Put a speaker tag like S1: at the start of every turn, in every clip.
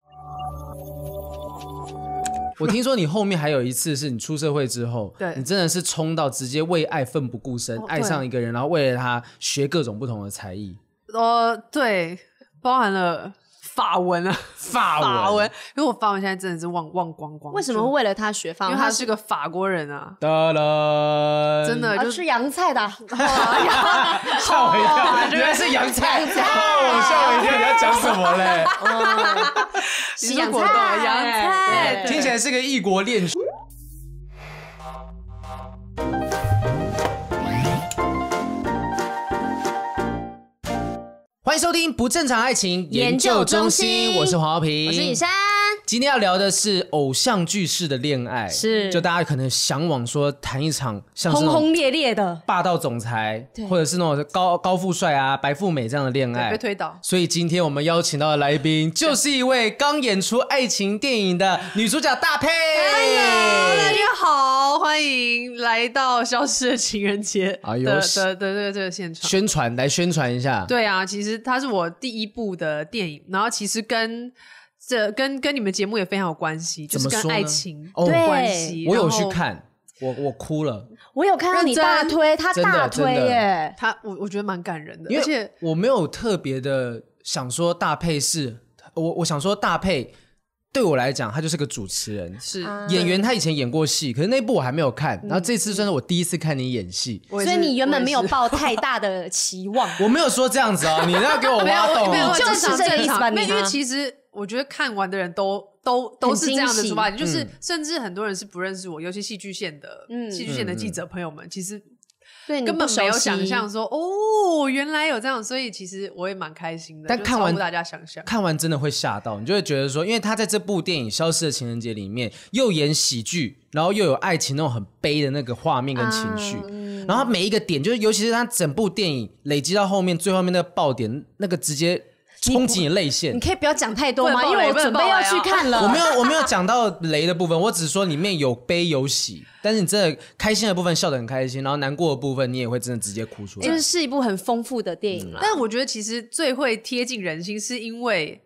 S1: 我听说你后面还有一次是你出社会之后，
S2: 对
S1: 你真的是冲到直接为爱奋不顾身，
S2: 哦对
S1: 爱上一个人，然后为了他学各种不同的才艺，
S2: 呃，对，包含了法文啊，
S1: 法文，
S2: 法文，因为我法文现在真的是忘忘光光。
S3: 为什么会
S2: 就？
S3: 为了他学法
S2: 因
S3: 文？
S2: 为他是个法国人啊，
S1: 哒啦，
S2: 真的
S3: 啊
S2: 就是
S3: 洋菜的啊，
S1: 吓我一 跳，原来是洋菜，哦，吓我一跳，你要讲什么嘞？
S2: 你
S3: 是
S2: 是
S3: 洋
S2: 果冻
S3: 菜，
S2: 洋菜
S3: 对
S1: 听起来是个异国恋。欢迎收听《不正常爱情研究中心》，
S3: 研究中心
S1: 我是黄浩平，
S3: 我是雨。山，
S1: 今天要聊的是偶像剧式的恋爱，
S3: 是
S1: 就大家可能向往说谈一场像是
S3: 轰
S1: 那种
S3: 轰烈烈的，
S1: 霸道总裁
S3: 对，
S1: 或者是那种高高富帅啊、白富美这样的恋爱，
S2: 被推倒。
S1: 所以今天我们邀请到的来宾就是一位刚演出爱情电影的女主角大佩。
S3: 哎
S2: 大家好，欢迎来到《消失的情人节》
S1: 哎呦
S2: 的
S1: 是
S2: 的的这个这个现场。
S1: 宣传来宣传一下，
S2: 对啊，其实它是我第一部的电影，然后其实跟这跟跟你们节目也非常有关系，就
S1: 怎
S2: 是
S1: 么
S2: 跟
S1: 说呢
S2: 爱情
S1: 哦
S2: 有
S3: 对
S2: 关系。
S1: 我有
S2: 然
S1: 去
S2: 后
S1: 看，我我哭了，
S3: 我有看到你
S2: 认真
S3: 大推，他
S1: 真的
S3: 大推
S1: 真的
S3: 耶，
S2: 他，我我觉得蛮感人的，
S1: 因
S2: 而且
S1: 为我没有特别的想说大佩是，我我想说大佩对我来讲，他就是个主持人。
S2: 是
S3: 啊
S1: 演员他以前演过戏，可是那部我还没有看，然后这次算是我第一次看你演戏，
S2: 我也
S3: 所
S2: 是
S3: 以你原本没有
S2: 我也是
S3: 抱太大的期望，
S1: 我没有说这样子哦，你要给我
S2: 没有
S1: 挖洞
S2: 没有
S1: 哦
S3: 你，就是
S2: 正常
S3: 这个
S2: 正
S3: 意思吧
S2: 常没有
S3: 你
S2: 因为
S3: 吗
S2: 其实我觉得看完的人都都都是这样的出发，
S3: 很
S2: 你
S1: 嗯
S2: 就是甚至很多人是不认识我，尤其戏剧线的
S3: 嗯
S2: 戏剧线的记者朋友
S1: 嗯
S2: 们，其实
S3: 对你
S2: 根本
S3: 不熟
S2: 没有
S3: 悉
S2: 想象说哦，原来有这样，所以其实我也蛮开心的，
S1: 但
S2: 就
S1: 看完
S2: 超乎大家想象。
S1: 看完真的会吓到，你就会觉得说，因为他在这部电影《消失的情人节》里面又演喜剧，然后又有爱情那种很悲的那个画面跟情绪，然后他每一个点，就是尤其是他整部电影累积到后面最后面那个爆点，那个直接冲击你泪腺
S3: 你。可以不要讲太多吗？
S2: 不能
S3: 因
S2: 爆雷啊
S3: 为我准备要去看了。
S1: 我没有我没有讲到雷的部分，我只是说里面有悲有喜，但是你真的开心的部分笑得很开心，然后难过的部分你也会真的直接哭出来。
S3: 就是是一部很丰富的电影啦。
S2: 但我觉得其实最会贴近人心，是因为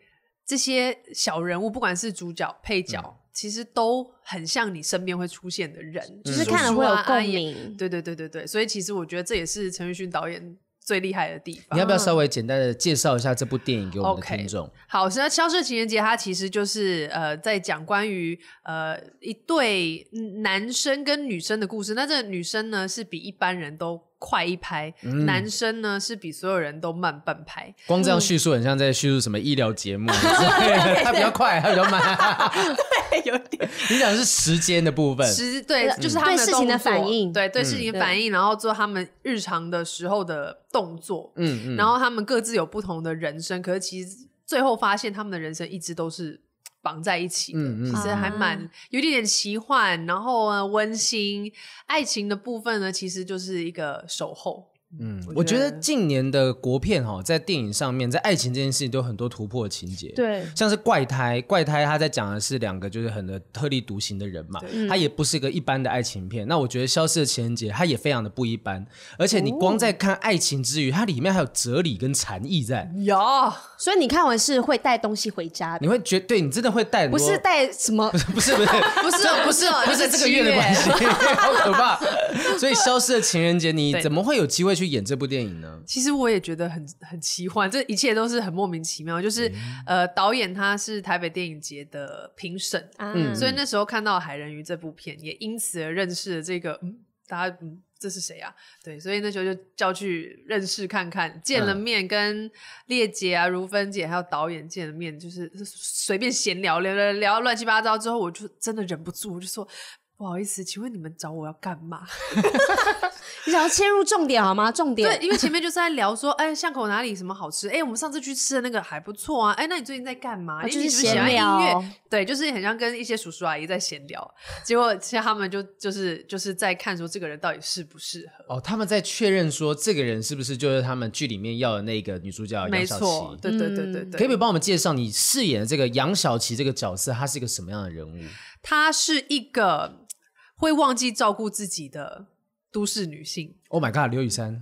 S2: 这些小人物，不管是主角、配角，
S3: 嗯
S2: 其实都很像你身边会出现的人，
S3: 就
S2: 就是叔
S3: 看了
S2: 叔
S3: 会有
S2: 啊
S3: 共。
S2: 阿姨
S3: 鸣，
S2: 对对对对对，所以其实我觉得这也是陈奕迅导演最厉害的地
S1: 你
S2: 方
S1: 要。不要稍微简单的介绍一下这部电影给我们的
S2: OK
S1: 听众？
S2: 好，那《消失的情人节》它其实就是呃，在讲关于呃一对嗯男生跟女生的故事。那这个女生呢是比一般人都快一拍，
S3: 嗯
S2: 男生呢是比所有人都慢半拍。
S1: 光这样叙述很像在叙述什么医疗节目，对他比较快，他比较慢。
S3: 有点
S1: 你讲的是时间的 部分，
S2: 实对，就是他们
S3: 对事情的
S2: 动作
S3: 反应
S2: 对对事情的
S3: 嗯
S2: 反应，然后做他们日常的时候的动作，
S1: 嗯嗯，
S2: 然后他们各自有不同的人生，可是其实最后发现他们的人生一直都是绑在一起的，
S1: 嗯嗯
S2: 其实还
S3: 啊
S2: 蛮有一点点奇幻，然后呢温馨，爱情的部分呢其实就是一个守候，
S1: 嗯，
S2: 我
S1: 我觉
S2: 觉
S1: 得
S2: 得
S1: 近年的国片哈、在电影上面，在爱情这件事情都有很多突破的情节。。
S3: 对，
S1: 像是怪胎，怪胎他在讲的是两个就是很的特立独行的人嘛， 他也不是一个一般的爱情片。那我觉得《消失的情人节》它也非常的不一般，而且你光在看爱情之余，它里面还有哲理跟禅意
S2: 嗯
S1: 在，
S2: 呀，
S3: 所以你看完是会带东西回家的，
S1: 你会觉对你真的会带很
S3: 不
S1: 多
S3: 是带什么？
S1: 不是不是
S2: 不是哦
S1: 这
S2: 不是哦
S1: 不是
S2: 那是
S1: 这个月的关系， 好可怕。所以消失的情人节，你
S2: 对
S1: 怎么会有机会去演这部电影呢？
S2: 其实我也觉得很很奇幻，这一切都是很莫名其妙。就是、呃，导演他是台北电影节的评审，
S3: 嗯，
S2: 所以那时候看到《海人鱼》这部片，也因此而认识了这个，嗯，大家，嗯，这是谁啊？对，所以那时候就叫去认识看看，见了面，跟烈姐啊、如芬姐还有导演见了面，就是随便闲聊，聊聊聊乱七八糟之后，我就真的忍不住，我就说。不好意思，请问你们找我要干嘛？
S3: 你想要切入重点好吗？重点
S2: 对，因为前面就是在聊说，哎，巷口哪里什么好吃？哎，我们上次去吃的那个还不错啊。哎，那你最近在干嘛？
S3: 啊
S2: 哎
S3: 就是
S2: 你是不是喜
S3: 闲
S2: 欢音
S3: 聊
S2: 乐，对，就是很像跟一些叔叔阿姨在闲聊。结果其实他们就就是就是在看说这个人到底适不适合。
S1: 哦，他们在确认说这个人是不是就是他们剧里面要的那个女主角
S2: 没
S1: 啊杨小
S2: 错，
S1: 琪？
S2: 对对对对
S1: 可
S3: 嗯
S1: 不可以
S2: 对，
S1: 帮我们介绍你饰演的这个杨小琪这个角色，她是一个什么样的人物？
S2: 她是一个会忘记照顾自己的都市女性，
S1: Oh my god，刘雨珊，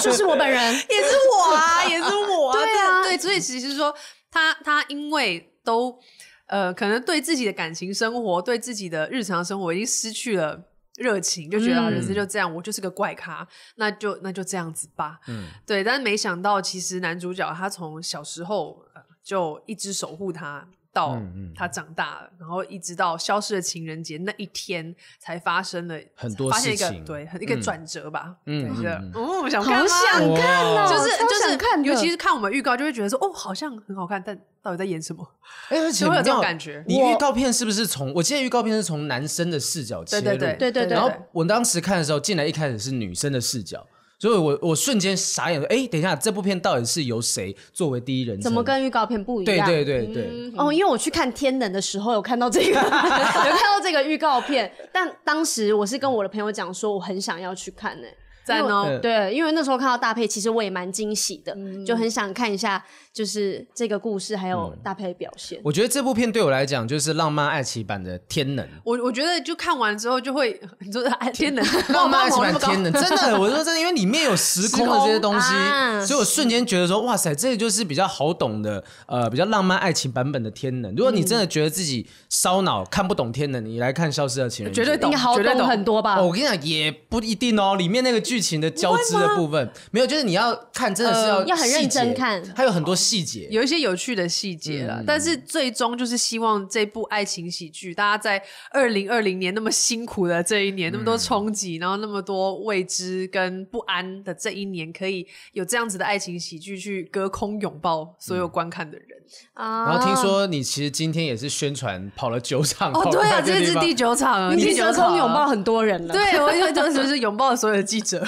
S3: 就是我本人，
S2: 也是 我啊，也是我啊，
S3: 对啊
S2: 对，所以其实说他他因为都呃，可能对自己的感情生活、对自己的日常生活已经失去了热情，就觉得、啊
S3: 嗯
S2: 人生就这样，我就是个怪咖，那就那就这样子吧。对，但是没想到，其实男主角他从小时候呃就一直守护他。到
S1: 嗯嗯
S2: 他长大了，然后一直到消失的情人节那一天，才发生了
S1: 很多
S2: 发现一个
S1: 事情
S2: 对一个
S1: 嗯
S2: 转折吧。
S1: 嗯
S2: 对，
S1: 嗯
S2: 觉得
S1: 嗯
S2: 嗯，想
S3: 好
S2: 看吗啊
S3: 想看哦，
S2: 就是
S3: 超
S2: 就是
S3: 想看的，
S2: 尤其是看我们预告，就会觉得说哦，好像很好看，但到底在演什么？
S1: 哎，而且
S2: 就会有
S1: 你
S2: 这
S1: 知道
S2: 种感觉
S1: 你
S3: 我
S1: 预告片是不是从我记得预告片是从男生的视角切
S2: 对
S1: 入？
S2: 对对
S3: 对对对
S1: 然后我当时看的时候，进来一开始是女生的视角，所以我我瞬间傻眼说：“哎，等一下，这部片到底是由谁作为第一人称？
S3: 怎么跟预告片不一
S1: 对
S3: 样？
S1: 对对对，
S3: 哦，因为我去看《天能》的时候有看到这个，有 看到这个预告片，但当时我是跟我的朋友讲说，我很想要去看呢、
S2: 赞
S3: 因为我
S1: 嗯
S2: 哦，
S3: 对，因为那时候看到大配，其实我也蛮惊喜的，
S2: 嗯
S3: 就很想看一下，就是这个故事还有大配的表现。
S1: 嗯我觉得这部片对我来讲就是浪漫爱奇版的天能。”
S2: 我我觉得就看完之后就会，你说哎，天哪，
S1: 浪漫爱
S2: 爆
S1: 情
S2: 棚
S1: 版
S2: 那么高
S1: 天能，真的，我说真的，因为里面有时空的这些东西
S3: 时空啊，
S1: 所以我瞬间觉得说，哇塞，这就是比较好懂的，呃，比较浪漫爱情版本的天能。如果你真的觉得自己烧脑看不懂天能，你来看《消失的情人节》，哦
S2: 绝对懂
S3: 应该好
S2: 绝对懂
S3: 懂很多吧？
S1: 哦，我跟你讲，也不一定哦。里面那个剧情的交织的部分，没有，就是你要看，真的是要、
S3: 呃要很认真看
S1: 它有很多细节。
S2: 有一些有趣的细节了，但是最终就是希望这部爱情喜剧，大家在二零二零年那么辛苦的这一年，那么多冲击，然后那么多未知跟不安的这一年，可以有这样子的爱情喜剧去隔空拥抱所有观看的人。
S3: 啊
S1: 然后听说你其实今天也是宣传跑了九场，
S2: 哦，
S1: 跑
S2: 对啊，
S1: 了
S2: 这
S1: 地
S2: 是
S1: 方
S2: 第九场，
S3: 你已
S2: 第
S3: 经
S2: 九
S3: 隔
S2: 场
S3: 空
S2: 啊
S3: 拥抱。很多人了，，
S2: 对，我就当时是拥抱了所有的记者。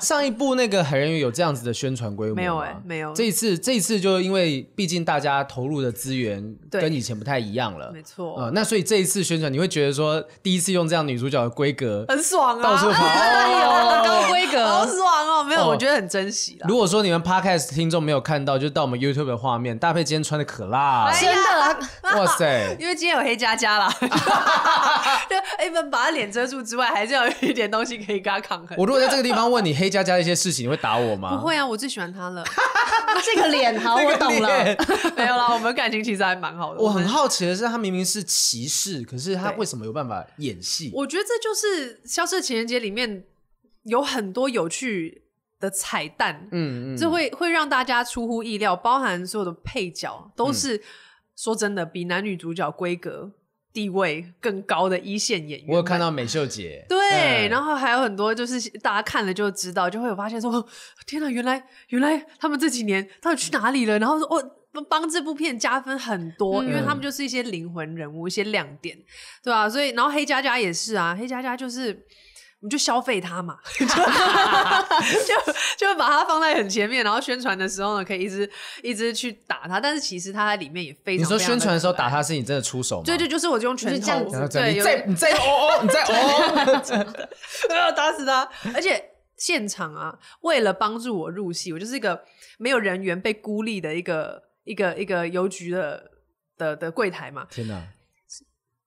S1: 上一部那个海人鱼有这样子的宣传规模吗
S2: 没有欸没有
S1: 这一次，这一次就因为毕竟大家投入的资源
S2: 对
S1: 跟以前不太一样了，
S2: 没错
S1: 呃那所以这一次宣传，你会觉得说第一次用这样女主角的规 格
S2: 很爽啊！
S1: 到处跑。
S3: 哎呦，高规
S2: 好
S3: 格，
S2: 爽哦！没有，
S1: 哦
S2: 我觉得很珍惜啦。
S1: 如果说你们 podcast 听众没有看到，就到我们 YouTube 的画面，搭配今天穿的可辣，
S2: 哎
S3: 真的，啊
S1: 哇 塞！
S2: 因为今天有黑加 加啦，就哎，不把他脸遮住之外，还是要有一点东西可以跟他抗衡
S1: 我。如果在这个地方问你黑加加的一些事情，你会打我吗？
S2: 不会啊，啊我最喜欢他 了。
S3: 这个脸好，我懂了。
S2: 没有啦，我们感情其实还蛮好的。
S1: 我
S2: 们
S1: 很，好奇的是，他明明是骑士，可是他为什么有办法演戏？
S2: 我觉得这就是《消失的情人节》里面有很多有趣的彩蛋，
S1: 嗯嗯，
S2: 这会会让大家出乎意料，包含所有的配角
S1: 嗯
S2: 都是、说真的比男女主角规格地位更高的一线演员。
S1: 我有看到美秀姐，嗯
S2: 对，然后还有很多就是大家看了就知道，就会有发现说，哦天哪，原来原来他们这几年到底去哪里了？然后说，哦，帮帮这部片加分很多，
S3: 嗯
S2: 因为他们就是一些灵魂人物，一些亮点，对吧、所以，然后黑佳佳也是啊，黑佳佳就是。我们就消费他嘛， 就就把它放在很前面，然后宣传的时候呢，可以一直一直去打他，但是其实他在里面也非常。
S1: 你说宣传的时候打
S2: 他，
S1: 他是你真的出手吗？
S2: 对对，就是我就用拳
S3: 就是这样
S2: 头
S3: 子，
S1: 然后这样
S2: 对，
S1: 你
S2: 有
S1: 再你再哦哦，你再哦哦，
S2: 我要 打死他！而且现场啊，为了帮助我入戏，我就是一个没有人员被孤立的一个一个一个邮局的的的柜台嘛。
S1: 天哪！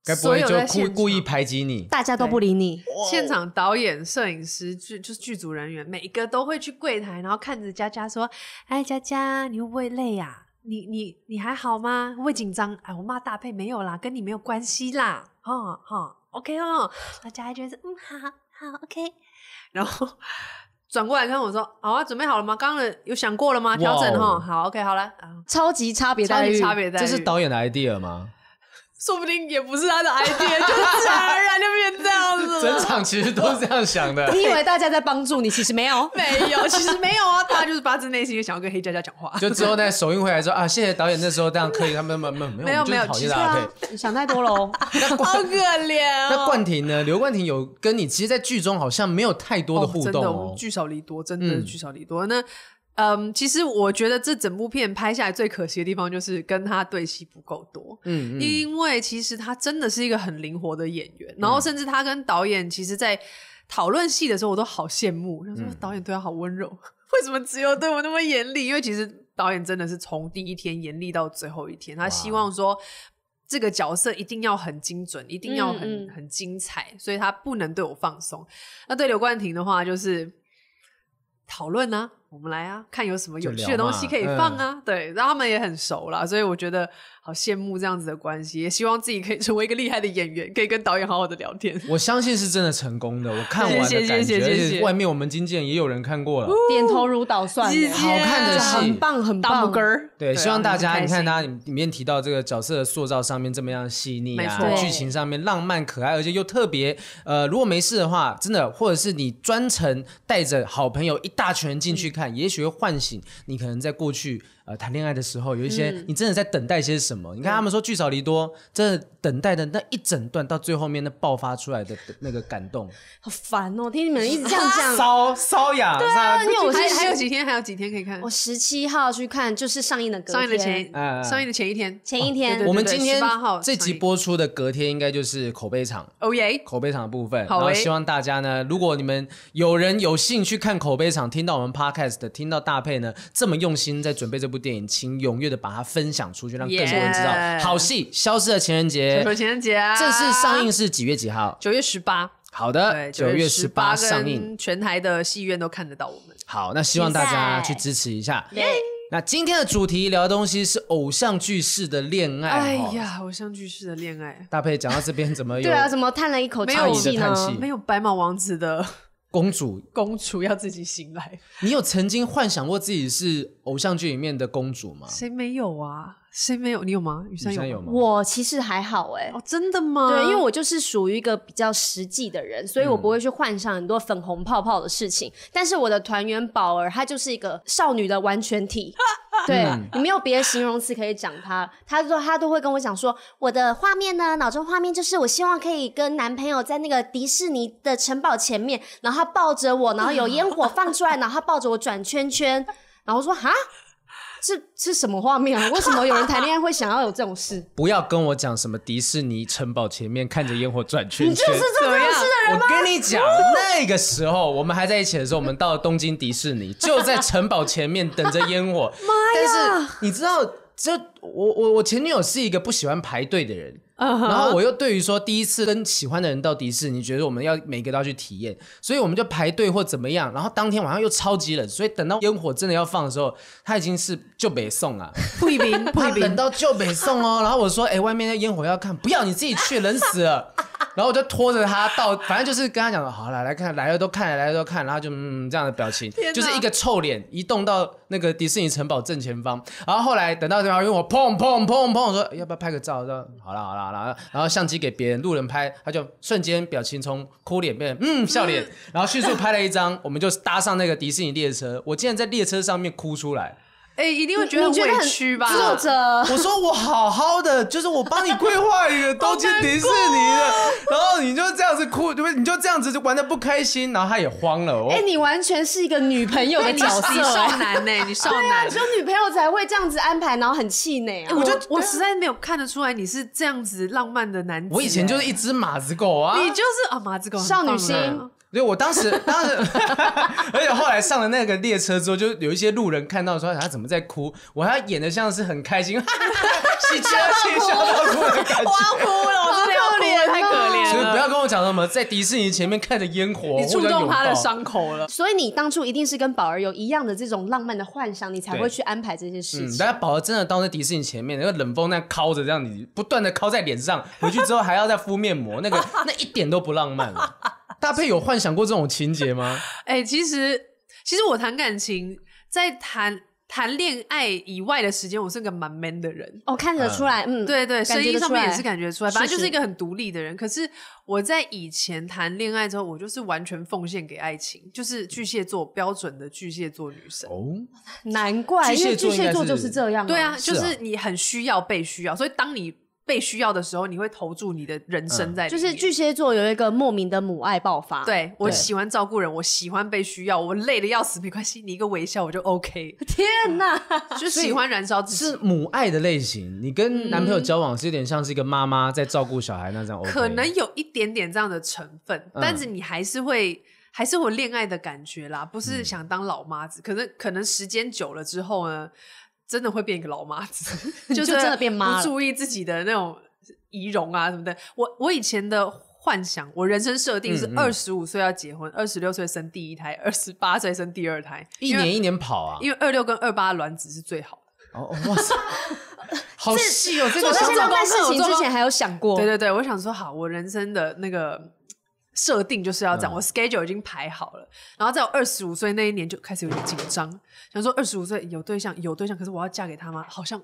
S1: 该不会
S2: 所有在
S1: 就
S2: 现
S1: 故
S2: 场
S1: 故意排挤你？
S3: 大家都不理你，
S1: 哦
S2: 现场导演、摄影师、剧就是剧组人员，每一个都会去柜台，然后看着佳佳说：“哎，佳佳，你会不会累呀、你你你还好吗？会不会紧张？哎，我骂大配没有啦，跟你没有关系啦，哦哦，OK 哦。”然后佳佳就会说：“嗯，好好，OK。”然 后转过来看我说：“好啊，准备好了吗？刚刚的有想过了吗？调整
S1: 哇
S2: 哈，
S1: 哦
S2: 好，OK，好了。”啊，
S3: 超级差别
S2: 超
S3: 待
S2: 级
S3: 遇，
S2: 差别待遇，
S1: 这是导演的 idea 吗？
S2: 说不定也不是他的 idea，就是自然而然就变这样 子了。。
S1: 整场其实都是这样想的。
S3: 你以为大家在帮助你，其实没有
S2: 没有， 其实没有啊，大家就是发自内心地想要跟黑佳佳讲话。
S1: 就之后在首映回来说啊，谢谢导演那时候这样刻意，他们没有没有
S2: 没
S1: 没
S2: 有
S1: 有，我们就是
S2: 没有
S1: 讨
S2: 其
S1: 厌
S2: 实
S1: 搭
S2: 啊
S1: 配。
S3: 你想太多了哦。
S2: 好可怜哦
S1: 那冠廷呢？刘冠廷有跟你，其实，在剧中好像没有太多的互
S2: 真
S1: 动
S2: 的我们
S1: 哦。
S2: 聚少离多，真的是
S1: 嗯
S2: 聚少离多。那嗯，其实我觉得这整部片拍下来最可惜的地方就是跟他对戏不够多。
S1: 嗯嗯，
S2: 因为其实他真的是一个很灵活的演员，然后甚至他跟导演其实，在讨论戏的时候，我都好羡慕，他说导演对他好温柔， 为什么只有对我那么严厉？因为其实导演真的是从第一天严厉到最后一天，他希望说。这个角色一定要很精准，一定要很、
S3: 嗯嗯
S2: 很精彩，所以他不能对我放松。那对刘冠廷的话，就是讨论啊，我们来啊，看有什么有
S1: 就
S2: 趣
S1: 聊
S2: 的东
S1: 嘛嗯
S2: 西可以放啊。对，然后他们也很熟啦，所以我觉得好羡慕这样子的关系，也希望自己可以成为一个厉害的演员，可以跟导演好好的聊 天。
S1: 我相信是真的成功的，我看完
S2: 谢
S1: 的
S2: 谢
S1: 感
S2: 谢
S1: 觉，
S2: 谢
S1: 而
S2: 谢谢
S1: 且外面我们经纪人也有人看过了，
S3: 点头如捣蒜
S2: 谢
S3: 耶，
S2: 谢
S1: 好看的戏
S3: 很棒很
S2: 大
S3: 棒
S2: 拇哥。儿，
S1: 对，
S2: 啊
S1: 希望大家
S2: 很开
S1: 你
S2: 心
S1: 看大家里面提到这个角色的塑造上面这么样细腻啊
S2: 没，错
S1: 剧情上面浪漫可爱，而且又特别呃，如果没事的话，真的，或者是你专程带着好朋友一大群人进去看，
S2: 嗯
S1: 也许会唤醒你可能在过去呃谈恋爱的时候有一些、
S2: 嗯
S1: 你真的在等待些什么。你看他们说聚少离多，真的等待的那一整段到最后面那爆发出来的那个感动，
S3: 好烦哦！听你们一直这样 讲，
S1: 瘙瘙痒，对啊
S3: 因为我是
S2: 还还有几天，还有几天可以看
S3: 我。十七号去看，就是上映的隔
S2: 上映的前
S3: 天
S1: 哎哎
S2: 上映的前一天，
S3: 前一天，
S2: 对
S1: 我
S2: 对
S1: 们今天
S2: 18号
S1: 这集
S2: 上映
S1: 播出的隔天应该就是口碑场。
S2: 哦耶！
S1: 口碑场的部分，
S2: 好
S1: 然后
S2: 诶
S1: 希望大家呢，如果你们有人有兴趣看口碑场，听到我们 podcast，的听到大佩呢这么用心在准备这部电影，请踊跃的把它分享出去，让更多人知道。
S2: Yeah
S1: 好戏《消失的情人节
S2: 什》么情人节啊？
S1: 正式上映是几月几号？
S2: 九月十八，
S1: 好
S2: 对，
S1: 的，
S2: 九
S1: 九月十
S2: 十
S1: 八
S2: 八
S1: 上映。，
S2: 全台的戏院都看得到我们。
S1: 好，那希望大家
S3: 期
S1: 去
S3: 待
S1: 支持一下。
S3: 对
S1: 那今天的主题聊的东西是偶像剧式的恋爱。
S2: 哎
S1: 哦，
S2: 呀，偶像剧式的恋爱，
S1: 大佩讲到这边怎么有
S3: 对啊，怎么叹了一口
S2: 没
S3: 气
S2: 有
S1: 你的
S3: 呢
S1: 叹？气
S2: 没有白马王子的
S1: 公主？
S2: 公主要自己醒来，
S1: 你有曾经幻想过自己是偶像剧里面的公主吗？
S2: 谁没有啊？谁没有？你有吗？雨
S1: 女
S2: 山
S1: 生
S2: 有
S1: 有
S2: 吗？
S1: 吗？
S3: 我其实还好哎，
S2: 哦，真的吗？
S3: 对，因为我就是属于一个比较实际的人，所以我不会去幻想很多粉红泡泡的事情。但是我的团员宝儿，她就是一个少女的完全体。对你没有别的形容词可以讲她，她说她都会跟我讲说，我的画面呢，脑中画面就是我希望可以跟男朋友在那个迪士尼的城堡前面，然后他抱着我，然后有烟火放出来，然后他抱着我转圈圈， 然后我说哈，这是什么画面啊？为什么有人谈恋爱会想要有这种事？
S1: 不要跟我讲什么迪士尼城堡前面看着烟火转圈圈。
S2: 怎么样？
S1: 我跟你讲，那个时候我们还在一起的时候，我们到了东京迪士 尼，就在城堡前面等着烟 火。但是你知道，这我我我前女友是一个不喜欢排队的人。
S2: 嗯哼
S1: 然后我又对于说第一次跟喜欢的人到迪士尼，觉得我们要每个都要去体验，所以我们就排队或怎么样。然后当天晚上又超级冷，所以等到烟火真的要放的时候，他已经是就北宋了。
S2: 不一定，不
S1: 他
S2: 一
S1: 冷
S2: 定。
S1: 到就北宋 哦，然后我说，哎、外面的烟火要看，不要你自己去，冷死了。 然后我就拖着他到，反正就是跟他讲，好了，来看，来了都看，来了都看，然后就嗯这样的表情
S2: 天哪，
S1: 就是一个臭脸移动到那个迪士尼城堡正前方。然后后来等到对方因为我砰砰砰砰，我说要不要拍个照？说好了好了好了，然后相机给别人路人拍，他就瞬间表情从哭脸变成嗯笑脸，然后迅速拍了一张，我们就搭上那个迪士尼列车。我竟然在列车上面哭出来。
S2: 哎，一定会觉
S3: 你
S2: 得
S3: 觉得
S2: 委
S3: 很
S2: 屈吧？
S3: 作 者，
S1: 我说我好好的，就是我帮你规划一个东京迪士尼的，然后你就这样子哭，对不对？你就这样子就玩的不开心，然后他也慌了。我哦
S3: 哎、你完全是一个女朋友
S2: 哎
S3: 的
S2: 你
S3: 角色、
S2: 你少
S3: 哎
S2: 男呢？你少
S3: 对啊，
S2: 男
S3: 只。有女朋友才会这样子安排，然后很气馁啊。
S2: 哎我
S1: 就
S2: 我实在没有看得出来你是这样子浪漫的男子。
S1: 我以前就是一只马子狗啊
S2: 哎，，你就是啊，马子狗很
S3: 少女
S2: 棒啊
S3: 心
S1: 所以我当时当时， 而且后来上了那个列车之后，就有一些路人看到说啊他怎么在哭，我还演的像是很开心， 哈哈哈喜极而泣笑到哭的感觉。
S3: 啊
S2: 我要哭了，我真的要哭了，太可
S1: 所
S2: 怜哦
S1: 以
S2: 了。
S1: 不要跟我讲什么在迪士尼前面看着烟火，
S2: 你触
S1: 互相
S2: 动
S1: 拥
S2: 他的
S1: 抱
S2: 伤口了。
S3: 所以你当初一定是跟宝儿有一样的这种浪漫的幻想，你才
S1: 对
S3: 会去安排这些事
S1: 嗯，
S3: 情。
S1: 大家宝儿真的到那迪士尼前面，那个冷风那样敲着，这样你不断的敲在脸上，回去之后还要再敷面膜，那个那一点都不浪漫了。搭配有幻想过这种情节吗？
S2: 哎、其实其实我谈感情，在谈谈恋爱以外的时间，我是个蛮 man 的人。
S3: 哦，看得出来，嗯，
S2: 对对，声
S3: 感觉
S2: 音
S3: 得
S2: 上
S3: 出
S2: 面
S3: 来
S2: 也是感觉出来，
S3: 是
S2: 反正就是是一个很独立的人。可是我在以前谈恋爱之后，我就是完全奉献给爱情，就是巨蟹座标准的巨蟹座女生。
S1: 哦，
S3: 难怪，
S1: 巨蟹
S3: 因为
S1: 座
S3: 巨蟹座
S1: 应该
S3: 就是是这样、
S2: 对啊，，
S1: 是
S2: 就
S1: 啊
S2: 是你很需要被需要，所以当你被需要的时候，你会投注你的人生在里
S3: 嗯就
S2: 面。
S3: 是巨蟹座有一个莫名的母爱爆发。，
S2: 对我
S1: 对
S2: 喜欢照顾人，我喜欢被需要，我累的要死没关系，你一个微笑我就 OK，
S3: 天哪，
S2: 就喜欢燃烧自己。
S1: 是母爱的类型。你跟男朋友交往是有点像是一个妈妈在照顾小孩那张 OK，
S2: 可能有一点点这样的成分，
S1: 嗯
S2: 但是你还是会还是会有恋爱的感觉啦，不
S3: 嗯
S2: 是想当老妈子。可能可能时间久了之后呢，真的会变一个老妈 子，
S3: 就真的变妈了
S2: 不注意自己的那种仪容啊什么的。我我以前的。幻想，我人生设定是
S3: 嗯
S2: 二十五岁要结婚，二十六岁生第一胎，二十八岁生第二胎，
S1: 一
S2: 因为
S1: 年一年跑啊，
S2: 因为二六跟二八卵子是最好的。
S1: 哦哇塞，好细哦，这
S3: 我
S1: 个
S3: 在
S1: 想
S3: 这
S1: 法
S3: 件
S2: 功课
S3: 事
S2: 我
S3: 情
S2: 做
S3: 之
S2: 功
S3: 前还有想过，
S2: 对对对，我想说好，我人生的那个设定就是要这样，
S3: 嗯
S2: 我 schedule 已经排好了。然后在我二十五岁那一年就开始有点紧张，想说二十五岁有对象有对象，可是我要嫁给他吗？好像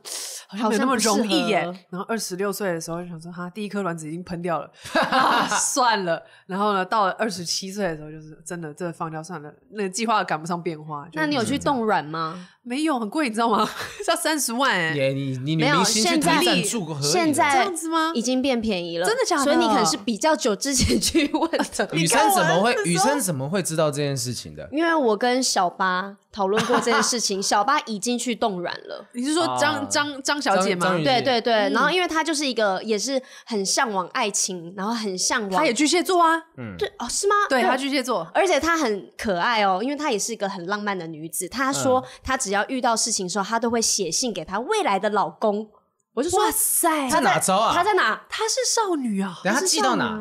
S2: 好像没有那么容易耶
S3: 好像不适合。
S2: 然后二十六岁的时候就想说哈，第一颗卵子已经喷掉了， 啊算了。然后呢，到了二十七岁的时候，就是真的真的放掉算了，那个计划赶不上变化。就
S3: 那你有
S1: 嗯
S3: 去冻卵吗？
S2: 没有很贵，你知道吗？ 要三十万哎、
S1: 耶，你你女
S3: 没有
S1: 明星去
S3: 现在
S1: 谈赞助合理
S3: 现
S2: 这
S3: 在
S2: 样子吗？
S3: 已经变便宜了，
S2: 真的假的
S3: 所以你可能是比较久之前去问
S1: ，
S3: 的
S1: 雨珊
S2: 看我
S1: 怎么会
S2: 那时候
S1: 雨珊怎么会知道这件事情的？
S3: 因为我跟小八讨论过这件事情，小八已经去冻卵了。
S2: 你是说张
S1: 啊
S2: 张张小姐吗
S1: 张？宇
S3: 对对对，
S2: 嗯
S3: 然后因为他就是一个也是很向往爱情，然后很向往，
S2: 她也巨蟹座啊，
S3: 对哦是吗？
S2: 对她巨蟹座，
S3: 而且她很可爱哦，因为她也是一个很浪漫的女子。她
S1: 嗯
S3: 说她只要遇到事情的时候，她都会写信给她未来的老公。我就说
S2: 哇塞，
S1: 她
S3: 她
S1: 哪招啊
S3: 她在哪？
S2: 她是少女啊，
S1: 等下她寄到哪？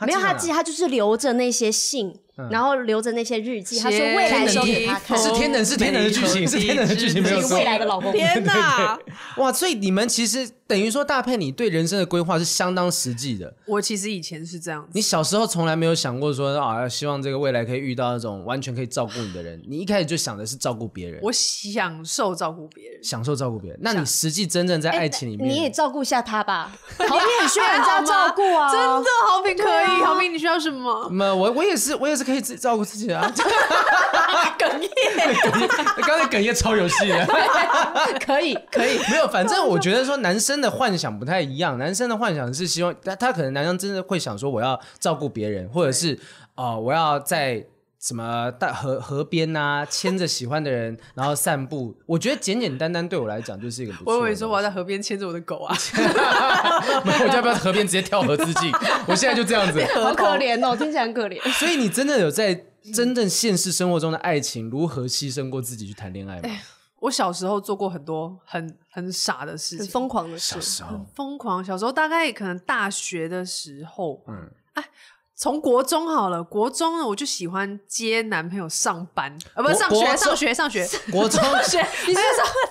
S3: 没有，
S1: 她
S3: 她
S1: 到
S3: 记，
S1: 哪
S3: 她就是留着那些信，
S1: 嗯
S3: 然后留着那些日记。她说
S2: 写
S3: 未来的时候给她
S2: 她。
S3: 看
S1: 是天能是天能的剧情，是天能的剧情没有
S3: 是
S1: 错
S3: 未。来的老公，
S2: 天哪！
S1: 哇，所以你们其实等于说，大佩，你对人生的规划是相当实际的。
S2: 我其实以前是这样子，
S1: 你小时候从来没有想过说啊，希望这个未来可以遇到那种完全可以照顾你的人。你一开始就想的是照顾别人，
S2: 我享受照顾别人，
S1: 享受照顾别人。那你实际真正在爱情里面，
S3: 哎你也照顾一下他吧，好，你很需要人家照顾啊，
S2: 真的好评可
S3: 对
S2: 以，
S3: 啊
S2: 好评你需要什么？
S1: 那我我也是，我也是可以自己照顾自己啊。 哽咽，刚才哽咽超有戏的。
S3: 可以可以。
S1: 没有，反
S2: 啊
S1: 正我觉得说男生的幻想不太一样，男生的幻想是希望他他可能男生真的会想说我要照顾别人，或者是哦、呃我要在什么大河河边呐、牵着喜欢的人然后散步。我觉得简简单单对我来讲就是一个不错的东
S2: 我
S1: 西。
S2: 以为说我要在河边牵着我的狗啊，
S1: 没有，我就要不要河边直接跳河自 尽？我现在就这样子。
S3: 好可怜哦，听起来很可怜。
S1: 所以你真的有在真正现实生活中的爱情如何牺牲过自己去谈恋
S2: 哎
S1: 爱吗？
S2: 我小时候做过很多很很傻的事
S3: 很
S2: 情，
S3: 疯狂的事
S1: 小，时候
S2: 很疯狂。小时候大概可能大学的时候，
S1: 嗯
S2: 嗯，哎，从国中好了，国中呢我就喜欢接男朋友上班，啊，不
S1: 国
S2: 是上
S1: 国
S2: 学，
S1: 中
S2: 上学，上学，
S1: 国中
S3: 你是哎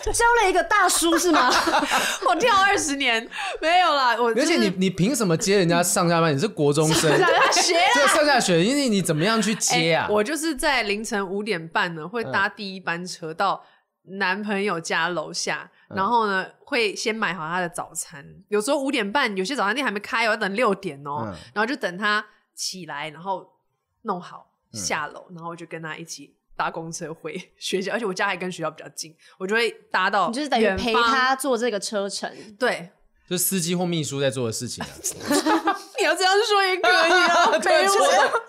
S3: 交了一个大叔是吗？
S2: 我跳二十年没有啦，我、就
S1: 而
S2: 是、
S1: 且你你凭什么接人家上下班？你是国中生，
S2: 大学啊
S1: 这上下学，因为你怎么样去接啊？
S2: 哎
S1: 嗯
S2: 我就是在凌晨五点半呢，会搭第一班车到男朋友家楼下，
S1: 嗯
S2: 然后呢会先买好他的早餐。有时候五点半，有些早餐店还没开哦，要等六点哦，
S1: 嗯
S2: 然后就等他起来，然后弄好下楼，
S1: 嗯
S2: 然后我就跟他一起。搭公车回学校，而且我家还跟学校比较近，我就会搭到
S3: 你就是等于
S2: 远
S3: 陪
S2: 方。
S3: 他做这个车程，
S2: 对，
S1: 就司机或秘书在做的事情啊。
S2: 你要这样说也可以 啊，陪我。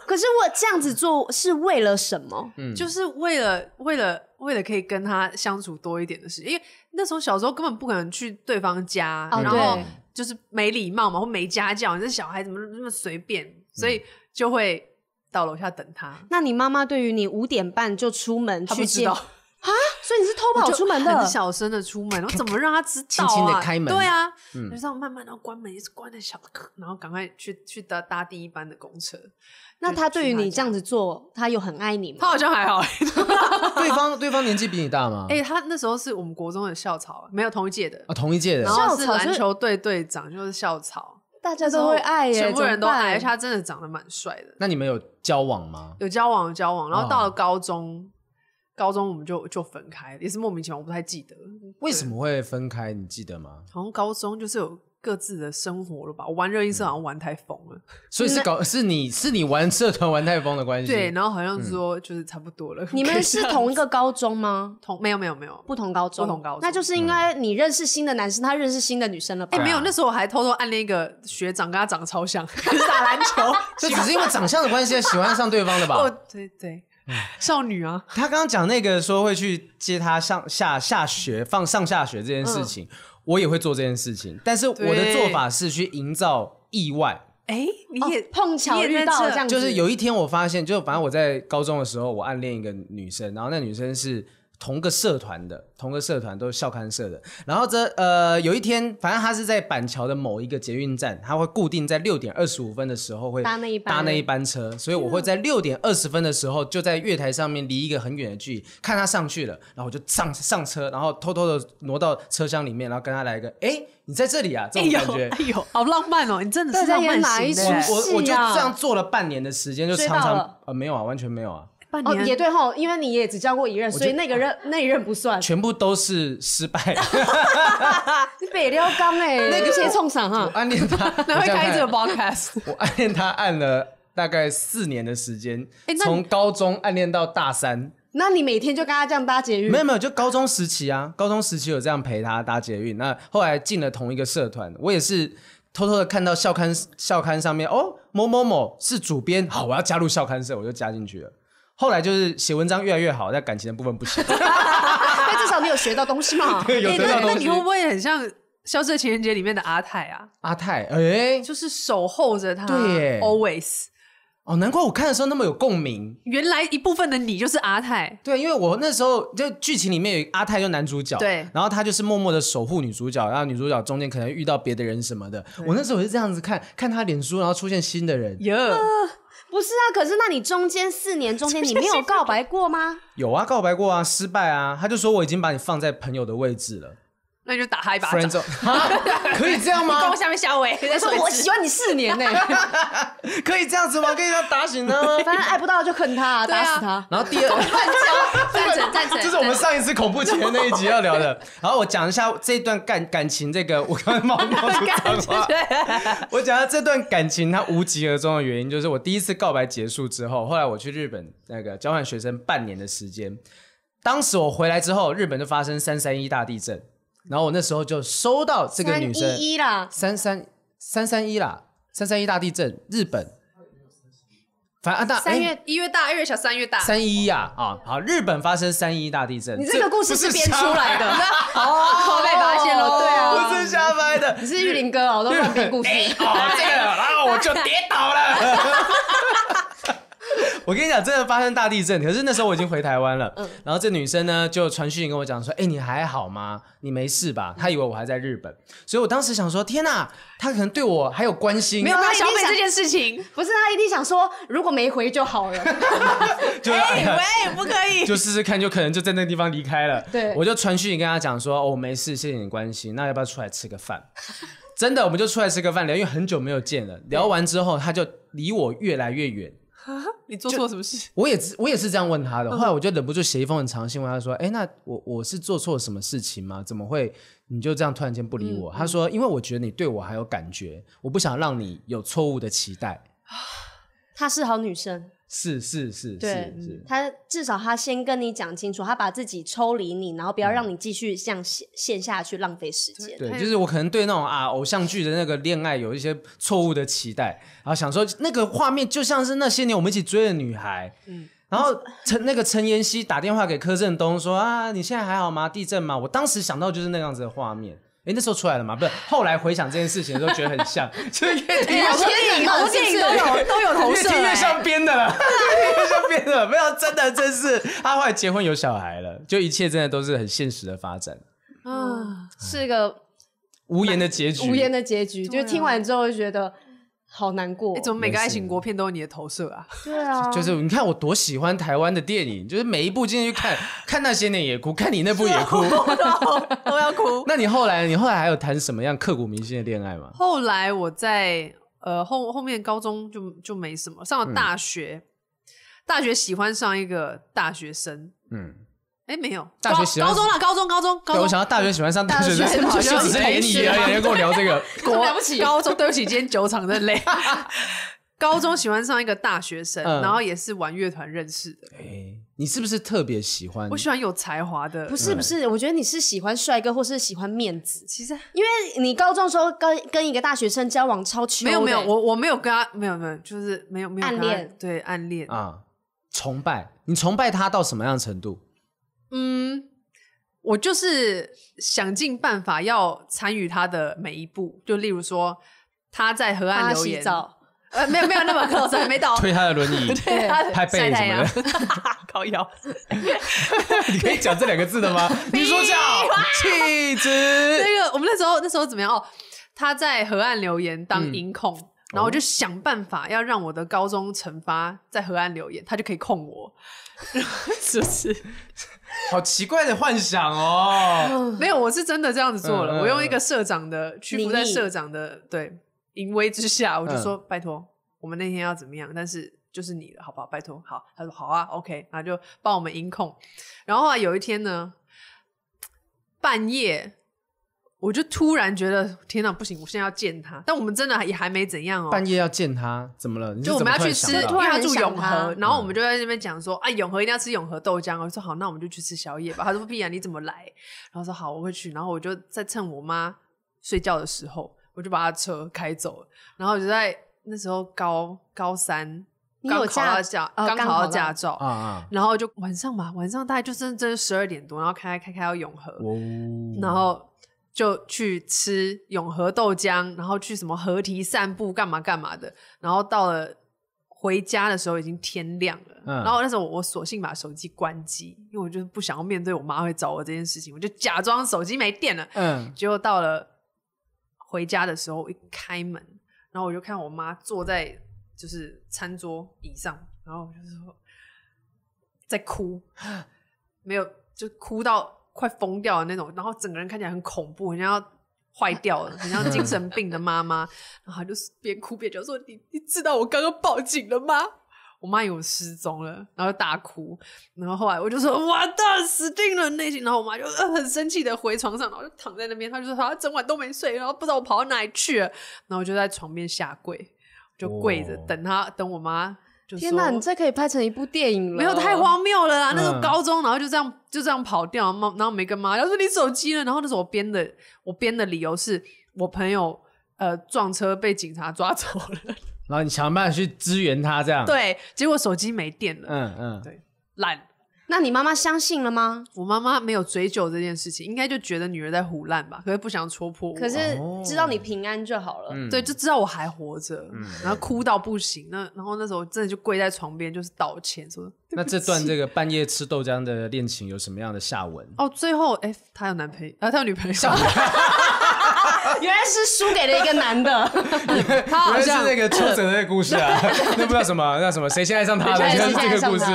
S3: 可是我这样子做是为了什么？
S1: 嗯
S2: 就是为了为了为了可以跟他相处多一点的事，因为那时候小时候根本不可能去对方家，
S3: 哦
S2: 然后
S3: 对
S2: 就是没礼貌嘛，或没家教，你这小孩怎么那么随便，所
S1: 嗯
S2: 以就会到楼下等他。
S3: 那你妈妈对于你五点半就出门
S2: 他不
S3: 去
S2: 知
S3: 见
S2: 道
S3: 啊，，所以你是偷跑
S2: 就
S3: 出门
S2: 很
S3: 的？
S2: 小声的出门，我怎么让他知道啊？
S1: 轻轻地开门嗯
S2: 对啊，就这样慢慢的关门，一直关的小， 然后赶快去去搭搭第一班的公车。
S3: 那
S2: 就
S3: 他
S2: 去
S3: 对于
S2: 他
S3: 你
S2: 家
S3: 这样子做，他有很爱你
S2: 他
S3: 吗？
S2: 好像还 好，
S1: 对方对方年纪比你大吗？
S2: 哎、他那时候是我们国中的校草，没有同一届的，
S1: 啊，同一届的
S2: 然。后是
S3: 校草
S2: 篮
S3: 是
S2: 球队队长，就是校草，
S3: 大家 都会爱耶，
S2: 全部人都爱，而且
S3: 他。
S2: 他真的长得蛮帅的，
S1: 那你们有交往吗？
S2: 有交往有交往，然后
S1: 哦
S2: 到了高中，高中我们就就分开了，也是莫名其妙，我不太记得
S1: 为什，么会分开？你记得吗
S2: 对？好像高中就是有各自的生活了吧，我玩热音社好像玩太疯了，
S1: 所以是搞是你是你玩社团玩太疯的关系。
S2: 对，，然后好像说就是差不多了，
S3: 你们是同一个高中吗？
S2: 同没有没有没有，
S3: 不同高中，
S2: 不同高中
S3: 那就是
S1: 嗯
S3: 应该你认识新的男生，他认识新的女生了吧？
S1: 哎
S2: 没有
S1: 对啊
S2: 那时候我还偷偷暗恋一个学长，跟他长得超像，可是打篮球，
S1: 这只是因为长相的关系喜欢上对方的
S2: 哦
S1: 吧？
S2: 对对，少女啊，
S1: 他刚刚讲那个说会去接他上下下学放上下学这件事情，我也会做这件事情，但是我的
S2: 嗯对
S1: 做法是去营造意外。
S2: 哎，你
S3: 哦
S2: 也
S3: 碰巧
S2: 你也
S3: 遇
S2: 在
S3: 到
S2: 这
S3: 这样子，
S1: 就是有一天我发现，就反正我在高中的时候，我暗恋一个女生，然后那女生是同个社团的，同个社团都是校刊社的。然后这呃有一天，反正他是在板桥的某一个捷运站，他会固定在六点二十五分的时候会
S3: 搭那一班
S1: 搭那一班车，所以我会在六点二十分的时候就在月台上面离一个很远的距离看他上去了，然后我就上上车，然后偷偷的挪到车厢里面，然后跟他来一个哎你在这里啊这
S2: 哎
S1: 种
S2: 呦
S1: 感觉。
S2: 哎呦，好浪漫哦！你真的是
S3: 大家
S2: 浪
S3: 演
S2: 漫
S3: 哪一
S2: 型的
S3: 出
S1: 我
S2: 欸。
S1: 我我就
S3: 戏啊
S1: 这样做了半年的时间，就
S3: 追
S1: 常
S3: 到
S1: 常
S3: 了
S1: 呃没有啊，完全没有啊，
S2: 半
S3: 哦，
S2: 年
S3: 也对吼，因为你也只交过一任，所以那个任那一任不算，
S1: 全部都是失 败。
S3: 你北撩刚哎，那个些冲上
S1: 我
S3: 哈，
S1: 暗恋 他，
S2: 难
S1: 我
S2: 会
S1: 这样
S2: 开
S1: 看
S2: 这个 podcast。
S1: 我暗恋他暗了大概四年的时间
S2: 哎，那
S1: 从高中暗恋到大三，
S3: 那你每天就跟他这样搭捷运
S1: 没，有没有，就高中时期啊，高中时期有这样陪他搭捷运。那后来进了同一个社团，我也是偷偷的看到校刊校刊上面哦，某某某是主编，好，我要加入校刊社，我就加进去了。后来就是写文章越来越好，但感情的部分不行，
S3: 但哎至少你有学到东西 嘛。
S1: 有
S2: 哎
S1: 得到
S2: 那那
S1: 东
S2: 你
S1: 西
S2: 会。不会很像《消失的情人节》里面的阿泰啊？
S1: 阿泰，哎，
S2: 就是守候着他，
S1: 对耶
S2: a l w a y s
S1: 哦，难怪我看的时候那么有共鸣。
S2: 原来一部分的你就是阿泰，
S1: 对，因为我那时候就剧情里面有一个阿泰，就男主角，
S2: 对
S1: 然后他就是默默的守护女主角，然后女主角中间可能遇到别的人什么的。我那时候也是这样子看，看他脸书，然后出现新的人，
S2: 耶、
S3: 不是啊，可是那你中间四年中间你没有告白过吗？
S1: 有啊，告白过啊，失败啊，他就说我已经把你放在朋友的位置了
S2: 那你就打他一巴
S1: ，friend
S2: 掌。
S1: zone 啊，可以这样吗？
S2: 下面下围，
S3: 我
S2: 我
S3: 说我喜欢你四年呢，
S1: 可以这样子吗？可以这样打 醒他吗？
S3: 反正爱不到就恨 他，
S2: 对啊
S3: 打死他。
S1: 然后第二，
S2: 赞成赞成，
S1: 这是我们上一次恐怖情人那一集要聊的。然后我讲一下这段感感情，这个我刚刚冒冒出 脏话。我讲到这段感情它无疾而终的原因，就是我第一次告白结束之后，后来我去日本那个交换学生半年的时间，当时我回来之后，日本就发生三三一大地震，然后我那时候就收到这个
S3: 三
S1: 女生
S3: 一一啦，
S1: 三三三三一啦，三三一大地震，日本，反正啊大
S3: 三月
S1: 哎
S2: 一月大，二月小，三月大，
S1: 三一呀啊，好，日本发生三一大地震，
S3: 你这个故事是编出来的，
S2: 哦，被发现了，对啊，
S1: 啊不是瞎掰的，
S3: 你是玉林哥哦，我都乱编故 事。
S1: 哦，这个，然后我就跌倒了。 我跟你讲，真的发生大地震，可是那时候我已经回台湾了。然后这女生呢，就传讯跟我讲说：“哎、你还好吗？你没事吧？”她以为我还在日本，所以我当时想说：“天哪、她可能对我还有关心。”
S2: 没有
S3: 他
S2: 到
S3: 一
S2: 小
S3: 定
S2: 美
S3: 想
S2: 这件事 情。
S3: 不是他一定想说，如果没回就好了。
S1: 就是、
S2: 哎
S1: 哎
S2: 喂，不可以，
S1: 就试试看，就可能就在那个地方离开了。
S3: 对
S1: 我就传讯跟他讲说，哦，我没事，谢谢你的关心，那要不要出来吃个饭？ 真的，我们就出来吃个饭聊，因为很久没有见了。聊完之后，他就离我越来越远。
S2: 你做错什么事？
S1: 我也是我也是这样问他的，后来我就忍不住写一封很长的信问他说：“哎、那我我是做错什么事情吗？怎么会你就这样突然间不理我？”他说：“因为我觉得你对我还有感觉，我不想让你有错误的期待。
S3: 她是好女生，
S1: 是”是是
S3: 对
S1: 是是，
S3: 她至少她先跟你讲清楚，她把自己抽离你，然后不要让你继续这样陷陷下去，浪费时间。
S1: 对，就是我可能对那种啊偶像剧的那个恋爱有一些错误的期待，然后想说那个画面就像是那些年我们一起追的女孩，嗯。然后陈那个陈妍希打电话给柯震东说啊，你现在还好吗？地震吗？我当时想到就是那样子的画面。哎，那时候出来了吗？不是，后来回想这件事情的时候觉得很 像，就是越听越
S3: 好像电影哦
S2: 哎电影都有都有
S1: 哎
S2: 投
S1: 越
S2: 射
S1: 听越
S2: 欸，
S1: 像编的了，越听越像编的了。没有，真的真是他后来结婚有小孩了，就一切真的都是很现实的发展，
S2: 啊，
S3: 是个
S1: 无言的结局，
S3: 无言的结局，
S2: 对啊
S3: 就听完之后就觉得好难过
S2: 哎。怎么每个
S1: 没事
S2: 爱情国片都有你的投射啊？
S3: 对啊，
S1: 就是你看我多喜欢台湾的电影，就是每一部进去看，看那些年也哭，看你那部也哭。
S2: 都要哭。
S1: 那你后来，你后来还有谈什么样刻骨铭心的恋爱吗？
S2: 后来我在呃后后面高中就就没什么，
S1: 嗯
S2: 上了大学，大学喜欢上一个大学生，
S1: 嗯，
S2: 哎，没有，
S1: 大学
S2: 高
S1: 喜欢
S2: 高中了，高中高中
S1: 对，
S2: 高
S1: 我
S2: 中
S1: 想到大学喜欢上大学
S3: 大学
S1: 生，
S3: 好
S1: 就
S3: 像
S1: 只是连你而已，你还跟我聊这个，
S2: 国
S3: 了不 起
S2: 高中对不起，今天酒场真 累。高中喜欢上一个大学生，
S1: 嗯
S2: 然后也是玩乐团认识的。
S1: 哎你是不是特别喜欢？
S2: 我喜欢有才华的，
S3: 不是不
S1: 嗯
S3: 是，我觉得你是喜欢帅哥，或是喜欢面子。
S2: 其实
S3: 因为你高中的时候跟跟一个大学生交往超秋
S2: 没
S3: 的欸
S2: 有没有，我我没有跟他没有没有，就是没有没有跟他
S3: 暗恋
S2: 对暗恋，
S1: 啊，崇拜你崇拜他到什么样的程度？
S2: 嗯，我就是想尽办法要参与他的每一步，就例如说他在河
S3: 帮
S2: 岸
S3: 他
S2: 留
S3: 洗
S2: 言，
S3: 澡，
S2: 呃，没有没有那么 close，还没到。
S1: 推他的轮 椅，
S2: 对
S3: 啊
S2: 他
S1: 拍背什
S2: 晒太
S1: 么
S2: 阳
S1: 的，
S2: 靠 腰。
S1: 你可以讲这两个字的吗？你说叫气 质，
S2: 那个我们那时候那时候怎么样？哦，他在河岸留言当音控。然后我就想办法要让我的高中惩罚在河岸留言，他就可以控我，是不是？
S1: 好奇怪的幻想哦。
S2: 没有，我是真的这样子
S1: 嗯
S2: 做
S1: 嗯
S2: 了。
S1: 嗯
S2: 我用一个社长的屈服在
S3: 名义
S2: 社长的对淫威之下，
S1: 嗯
S2: 我就说、拜托，我们那天要怎么样？但是就是你了，好不好？拜托，好。他说好啊，OK，然后就帮我们音控。然后啊，有一天呢，半夜我就突然觉得天哪，不行，我现在要见他。但我们真的也还没怎样哦，
S1: 半夜要见他，怎么了？你是
S2: 就我们要
S1: 怎么
S2: 去
S1: 突
S2: 吃，
S1: 然
S2: 因
S1: 想
S3: 突
S1: 到嗯
S2: 为
S3: 然
S2: 他
S3: 很
S2: 住
S3: 想
S2: 永和
S3: 他，
S2: 然后我们就在那边讲说啊，永和一定要吃永和豆浆哦。我说好，那我们就去吃宵夜吧。他说不必啊然，你怎么来？然后说好，我会去。然后我就在趁我妈睡觉的时候，我就把她车开走了。然后我就在那时候高高三，
S3: 你有
S2: 刚考到
S3: 驾
S2: 驾，
S3: 哦
S2: 刚
S3: 刚
S2: 考
S3: 考
S2: 到
S3: 到
S2: 驾照，
S1: 啊啊！
S2: 然后就晚上嘛，晚上大概就真真十二点多，然后开开开到永和，
S1: 哦，
S2: 然后就去吃永和豆浆，然后去什么河堤散步，干嘛干嘛的。然后到了回家的时候已经天亮了，
S1: 嗯
S2: 然后那时候我我索性把手机关机，因为我就是不想要面对我妈会找我这件事情，我就假装手机没电了。
S1: 嗯，
S2: 结果到了回家的时候，我一开门，然后我就看我妈坐在就是餐桌椅上，然后我就说在哭，没有就哭到快疯掉的那种，然后整个人看起来很恐怖，很像要坏掉了，很像精神病的妈妈。然后她就是边哭边就说：“你你知道我刚刚报警了吗？”我妈以为我失踪了，然后就大哭，然后后来我就说完蛋，死定了内心，然后我妈就、呃、很生气的回床上，然后就躺在那边，她就说她整晚都没睡，然后不知道我跑到哪里去了，然后我就在床边下跪，就跪着、
S1: 哦
S2: 等她等我妈就说。
S3: 天哪，你这可以拍成一部电影了，
S2: 没有太荒谬了啦！那时候
S1: 嗯
S2: 高中，然后就这样就这样跑掉，然后然后没跟妈，然后说你手机呢？然后那时候我编的我编的理由是我朋友呃撞车被警察抓走了，
S1: 然后你想办法去支援他，这样。，
S2: 对，结果手机没电了，
S1: 嗯嗯，
S2: 烂。
S3: 那你妈妈相信了吗？
S2: 我妈妈没有追究这件事情，应该就觉得女儿在胡乱吧，可是不想戳破我。
S3: 可是知道你平安就好了。
S1: 哦嗯
S2: 对，就知道我还活着，然后哭到不行。那然后那时候真的就跪在床边，就是道歉说
S1: 那这段这个半夜吃豆浆的恋情有什么样的下文？
S2: 哦，最后哎，她有男朋友，啊，她有女朋友，
S3: 原来是输给了一个 男的，
S2: 她好
S1: 原来
S2: 像
S1: 是那个邱泽的那个故事 啊， 那不知道什么，那什么谁先爱上他的，
S3: 谁
S1: 就
S3: 先
S1: 是这
S3: 爱
S1: 个
S3: 上
S1: 故事。
S3: 他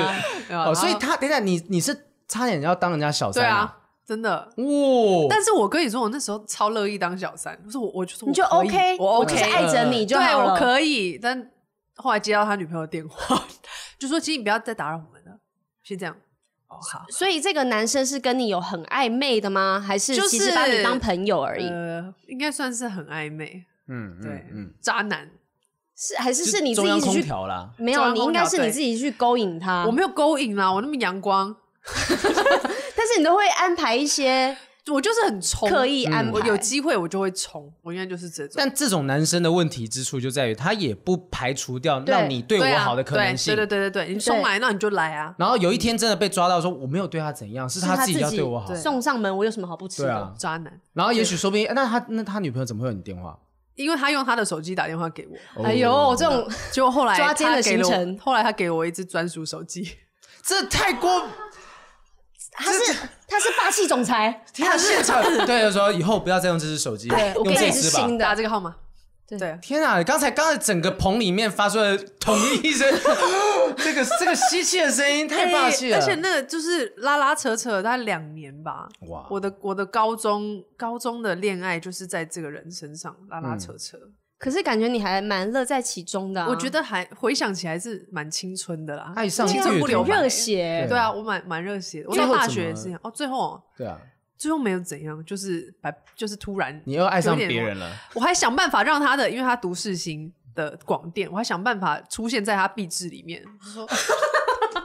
S2: 对啊
S1: 哦，所以
S2: 然后
S1: 他等一下你你是差点要当人家小
S2: 对
S1: 三？
S2: 啊，真的。
S1: 哇！
S2: 但是我跟你说，我那时候超乐意当小三，就是我我就说我
S3: 你就
S2: 可以
S3: OK，
S2: 我
S3: 我
S2: OK，
S3: 就是爱着你就
S2: 对
S3: 好了。
S2: 我可以。但后来接到他女朋友的电话， 就说其实你不要再打扰我们了，先这样。哦，好。
S3: 所以这个男生是跟你有很暧昧的吗？还是
S2: 就是
S3: 其实把你当朋友而已？
S2: 呃，应该算是很暧昧，
S1: 嗯嗯
S2: 对，
S1: 嗯，
S2: 渣男，
S3: 是还是
S1: 就是
S3: 你自
S1: 中
S3: 己
S1: 央
S3: 一直
S1: 空
S3: 去？
S1: 调啦。
S3: 没
S2: 中
S3: 有，
S2: 央
S3: 你
S2: 空
S3: 应该
S2: 调
S3: 是你自己去勾引他。
S2: 我没有勾引啦，我那么阳光，
S3: 但是你都会安排一些
S2: 我就是很冲，
S3: 刻意安排。
S2: 嗯我有机会我就会冲，我应该就是这种。
S1: 但这种男生的问题之处就在于，他也不排除掉
S3: 对
S1: 让你对
S2: 对
S1: 我
S2: 啊
S1: 好的可能性。
S2: 对对对对对，你冲来那你就来啊，
S1: 然后有一天真的被抓到，说我没有对他怎样，是
S3: 是
S1: 他
S3: 他
S1: 自己要对我好。
S2: 对
S3: 送上门，我有什么好不吃
S1: 对啊
S3: 的？
S2: 渣男，
S1: 然后也许说不定，哎那他那他女朋友怎么会有你电话？
S2: 因为他用他的手机打电话给我，
S1: 哦
S3: 哎呦，这种
S2: 结果后来
S3: 抓奸
S2: 他
S3: 的
S2: 给了我
S3: 行程
S2: 后来他给我一只专属手 机，
S1: 这太过，
S3: 他是他是霸气总裁，
S1: 他现场对就说以后不要再用这只手机，
S3: 对
S1: 用
S3: 我给
S1: 这
S3: 你是
S1: 只吧。
S3: 新
S2: 打
S3: 的，啊
S2: 这个号码，
S3: 对
S2: 对，
S1: 天啊！刚才刚才整个棚里面发出了同一声， 这个这个吸气的声音太霸气了。
S3: 哎
S2: 而且那个就是拉拉扯扯，大概两年吧。
S1: 哇
S2: 我的我的高中高中的恋爱就是在这个人身上拉拉扯扯，
S3: 可是感觉你还蛮乐在其中的啊。
S2: 我觉得还回想起来是蛮青春的啦。
S1: 爱上
S2: 青
S3: 对
S2: 春
S1: 阅
S2: 不
S1: 读
S2: 留
S3: 啊很
S2: 白
S3: 热。血，
S2: 对啊，我蛮蛮热血的。我
S1: 最
S2: 到
S1: 后
S2: 大
S1: 怎
S2: 学
S1: 么
S2: 也是这样哦，最后
S1: 对啊，
S2: 最后没有怎样，就是白就是突然
S1: 你又爱上
S2: 有点
S1: 别人了。
S2: 我还想办法让他的，因为他读世新的广电，我还想办法出现在他壁纸里面。我说，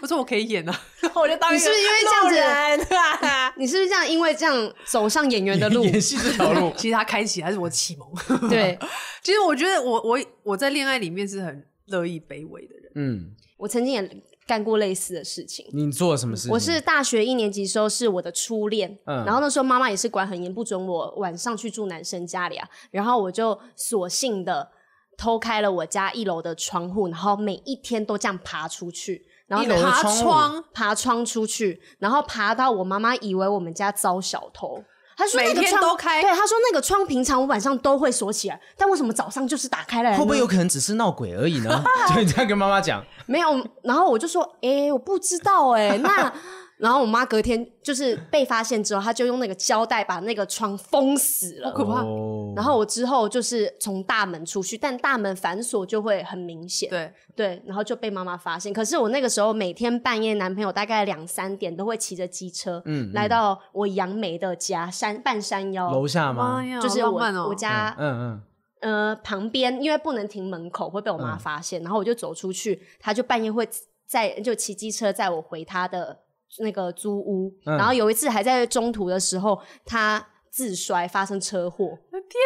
S2: 我说我可以演 啊，我就当
S3: 你
S2: 一
S3: 是
S2: 个
S3: 不是因为这样子？
S2: 路人啊
S3: 你是 不是这样？因为这样走上演 员的路？
S1: 演戏这条 路，
S2: 其实他开启还是我启蒙。
S3: 对，
S2: 其实我觉得我我我在恋爱里面是很乐意卑微的人，
S1: 嗯，
S3: 我曾经也干过类似的事情。
S1: 你做了什么事情？
S3: 我是大学一年级时候是我的初恋，
S1: 嗯
S3: 然后那时候妈妈也是管很严，不准我晚上去住男生家里啊。然后我就索性的偷开了我家一楼的窗户，然后每一天都这样爬出去，然后
S1: 一楼的
S2: 爬
S1: 窗户
S2: 窗，
S3: 爬窗出去，然后爬到我妈妈以为我们家遭小偷。她说：“那
S2: 每
S3: 个
S2: 天
S3: 窗
S2: 都开
S3: 对，她说那个窗平常我晚上都会锁起来，但为什么早上就是打开来呢？
S1: 会不会有可能只是闹鬼而已 呢？就你这样跟妈妈讲，
S3: 没有，然后我就说，哎、我不知道、 哎，那，然后我妈隔天就是被发现之后，她就用那个胶带把那个窗封死了。
S2: 可怕
S1: 哦
S3: 然后我之后就是从大门出去，但大门反锁就会很明显，
S2: 对，
S3: 对然后就被妈妈发现。可是我那个时候每天半夜，男朋友大概两三点都会骑着机车，
S1: 嗯
S3: 来哦到我杨梅的家山半山腰，
S1: 楼下吗
S2: 妈？呀，
S3: 就是
S2: 好
S3: 我、
S2: 浪漫哦，
S3: 我家
S1: 嗯嗯
S3: 呃旁边，因为不能停门口，会被我
S2: 嗯
S3: 妈发现。然后我就走出去，她就半夜会在就骑机车载我回她的那个租屋。
S1: 嗯
S3: 然后有一次还在中途的时候，她自摔发生车祸，
S2: 天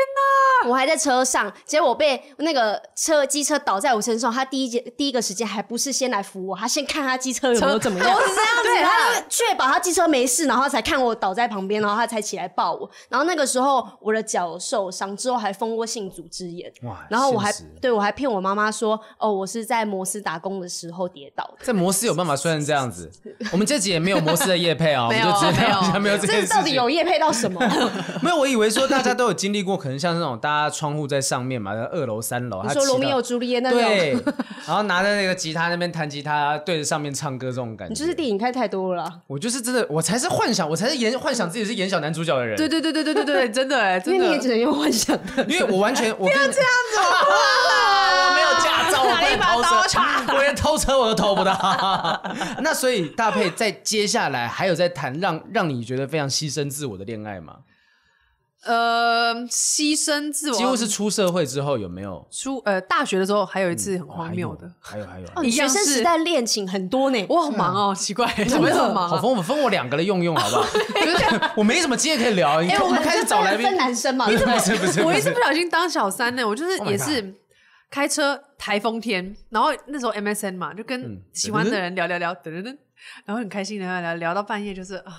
S3: 我还在车上，结果被那个车机车倒在我身上。她第一节第一个时间还不是先来扶我，她先看她机车有没有 怎么样，
S2: 哦都是这样子
S3: 对，
S2: 啦
S3: 她就确保她机车没事，然后才看我倒在旁边，然后她才起来抱我。然后那个时候我的脚受伤，之后还封过性组织炎。
S1: 嗯，哇！
S3: 然后我还
S1: 现实
S3: 对我还骗我妈妈说，哦，我是在摩斯打工的时候跌倒的。
S1: 在摩斯有办法摔成这样 子，我们这集也没有摩斯的夜配哦，我
S2: 没
S1: 们
S2: 有
S1: 就直接
S2: 没有
S1: 好像 没有 这件
S3: 这
S1: 事
S3: 到底
S1: 情。
S3: 有业配 到什么？你
S1: 没有，我以为说大家都有经历过，可能像那种大家窗户在上面嘛，二楼、三楼，他
S3: 说
S1: 骑
S3: 罗密
S1: 到
S3: 欧朱丽叶那
S1: 对
S3: 种，，
S1: 然后拿着那个吉他那边弹吉他，对着上面唱歌这种感觉。
S3: 你就是电影看太多了啦，
S1: 我就是真的，我才是幻想，我才是演幻想自己是演小男主角的人。
S2: 对对对对对对对，真的哎，
S3: 因
S2: 真
S3: 为
S2: 的
S3: 你也只能用幻想 的。
S1: 因为我完全我不要这样子， 我没有驾照，我
S2: 哪
S1: 不
S2: 里
S1: 能
S2: 把
S1: 偷
S2: 刀
S1: 车， 我连偷车我都偷不到。 那所以大佩在接下来还有在谈让让你觉得非常牺牲自我的恋爱吗？
S2: 呃，牺牲自我，
S1: 几乎是出社会之后有没有？
S2: 出呃大学的时候还有一次很
S1: 哦
S2: 荒谬的，
S1: 还有还有还有，
S3: 哦，你
S2: 一样
S3: 学
S2: 是
S3: 生时代恋情很多呢，
S2: 我好忙哦，
S1: 啊
S2: 奇怪，怎么这么忙
S1: 好
S2: 啊？
S1: 分我分我两个来用用好不好？就是我没什么经验可以聊，啊你
S3: 哎，
S1: 看
S3: 我
S1: 我们
S3: 们
S1: 开始
S3: 就
S1: 找来
S3: 分
S1: 宾
S3: 分。男生嘛，
S1: 不是不是不是，不
S2: 我一
S1: 是
S2: 直不小心当小三呢、我就是
S1: Oh my
S2: 也是开车台风天，然后那时候 MSN 嘛，就跟
S1: 嗯
S2: 喜欢的人聊聊聊，噔噔噔，然后很开心的聊聊聊到半夜，就是啊。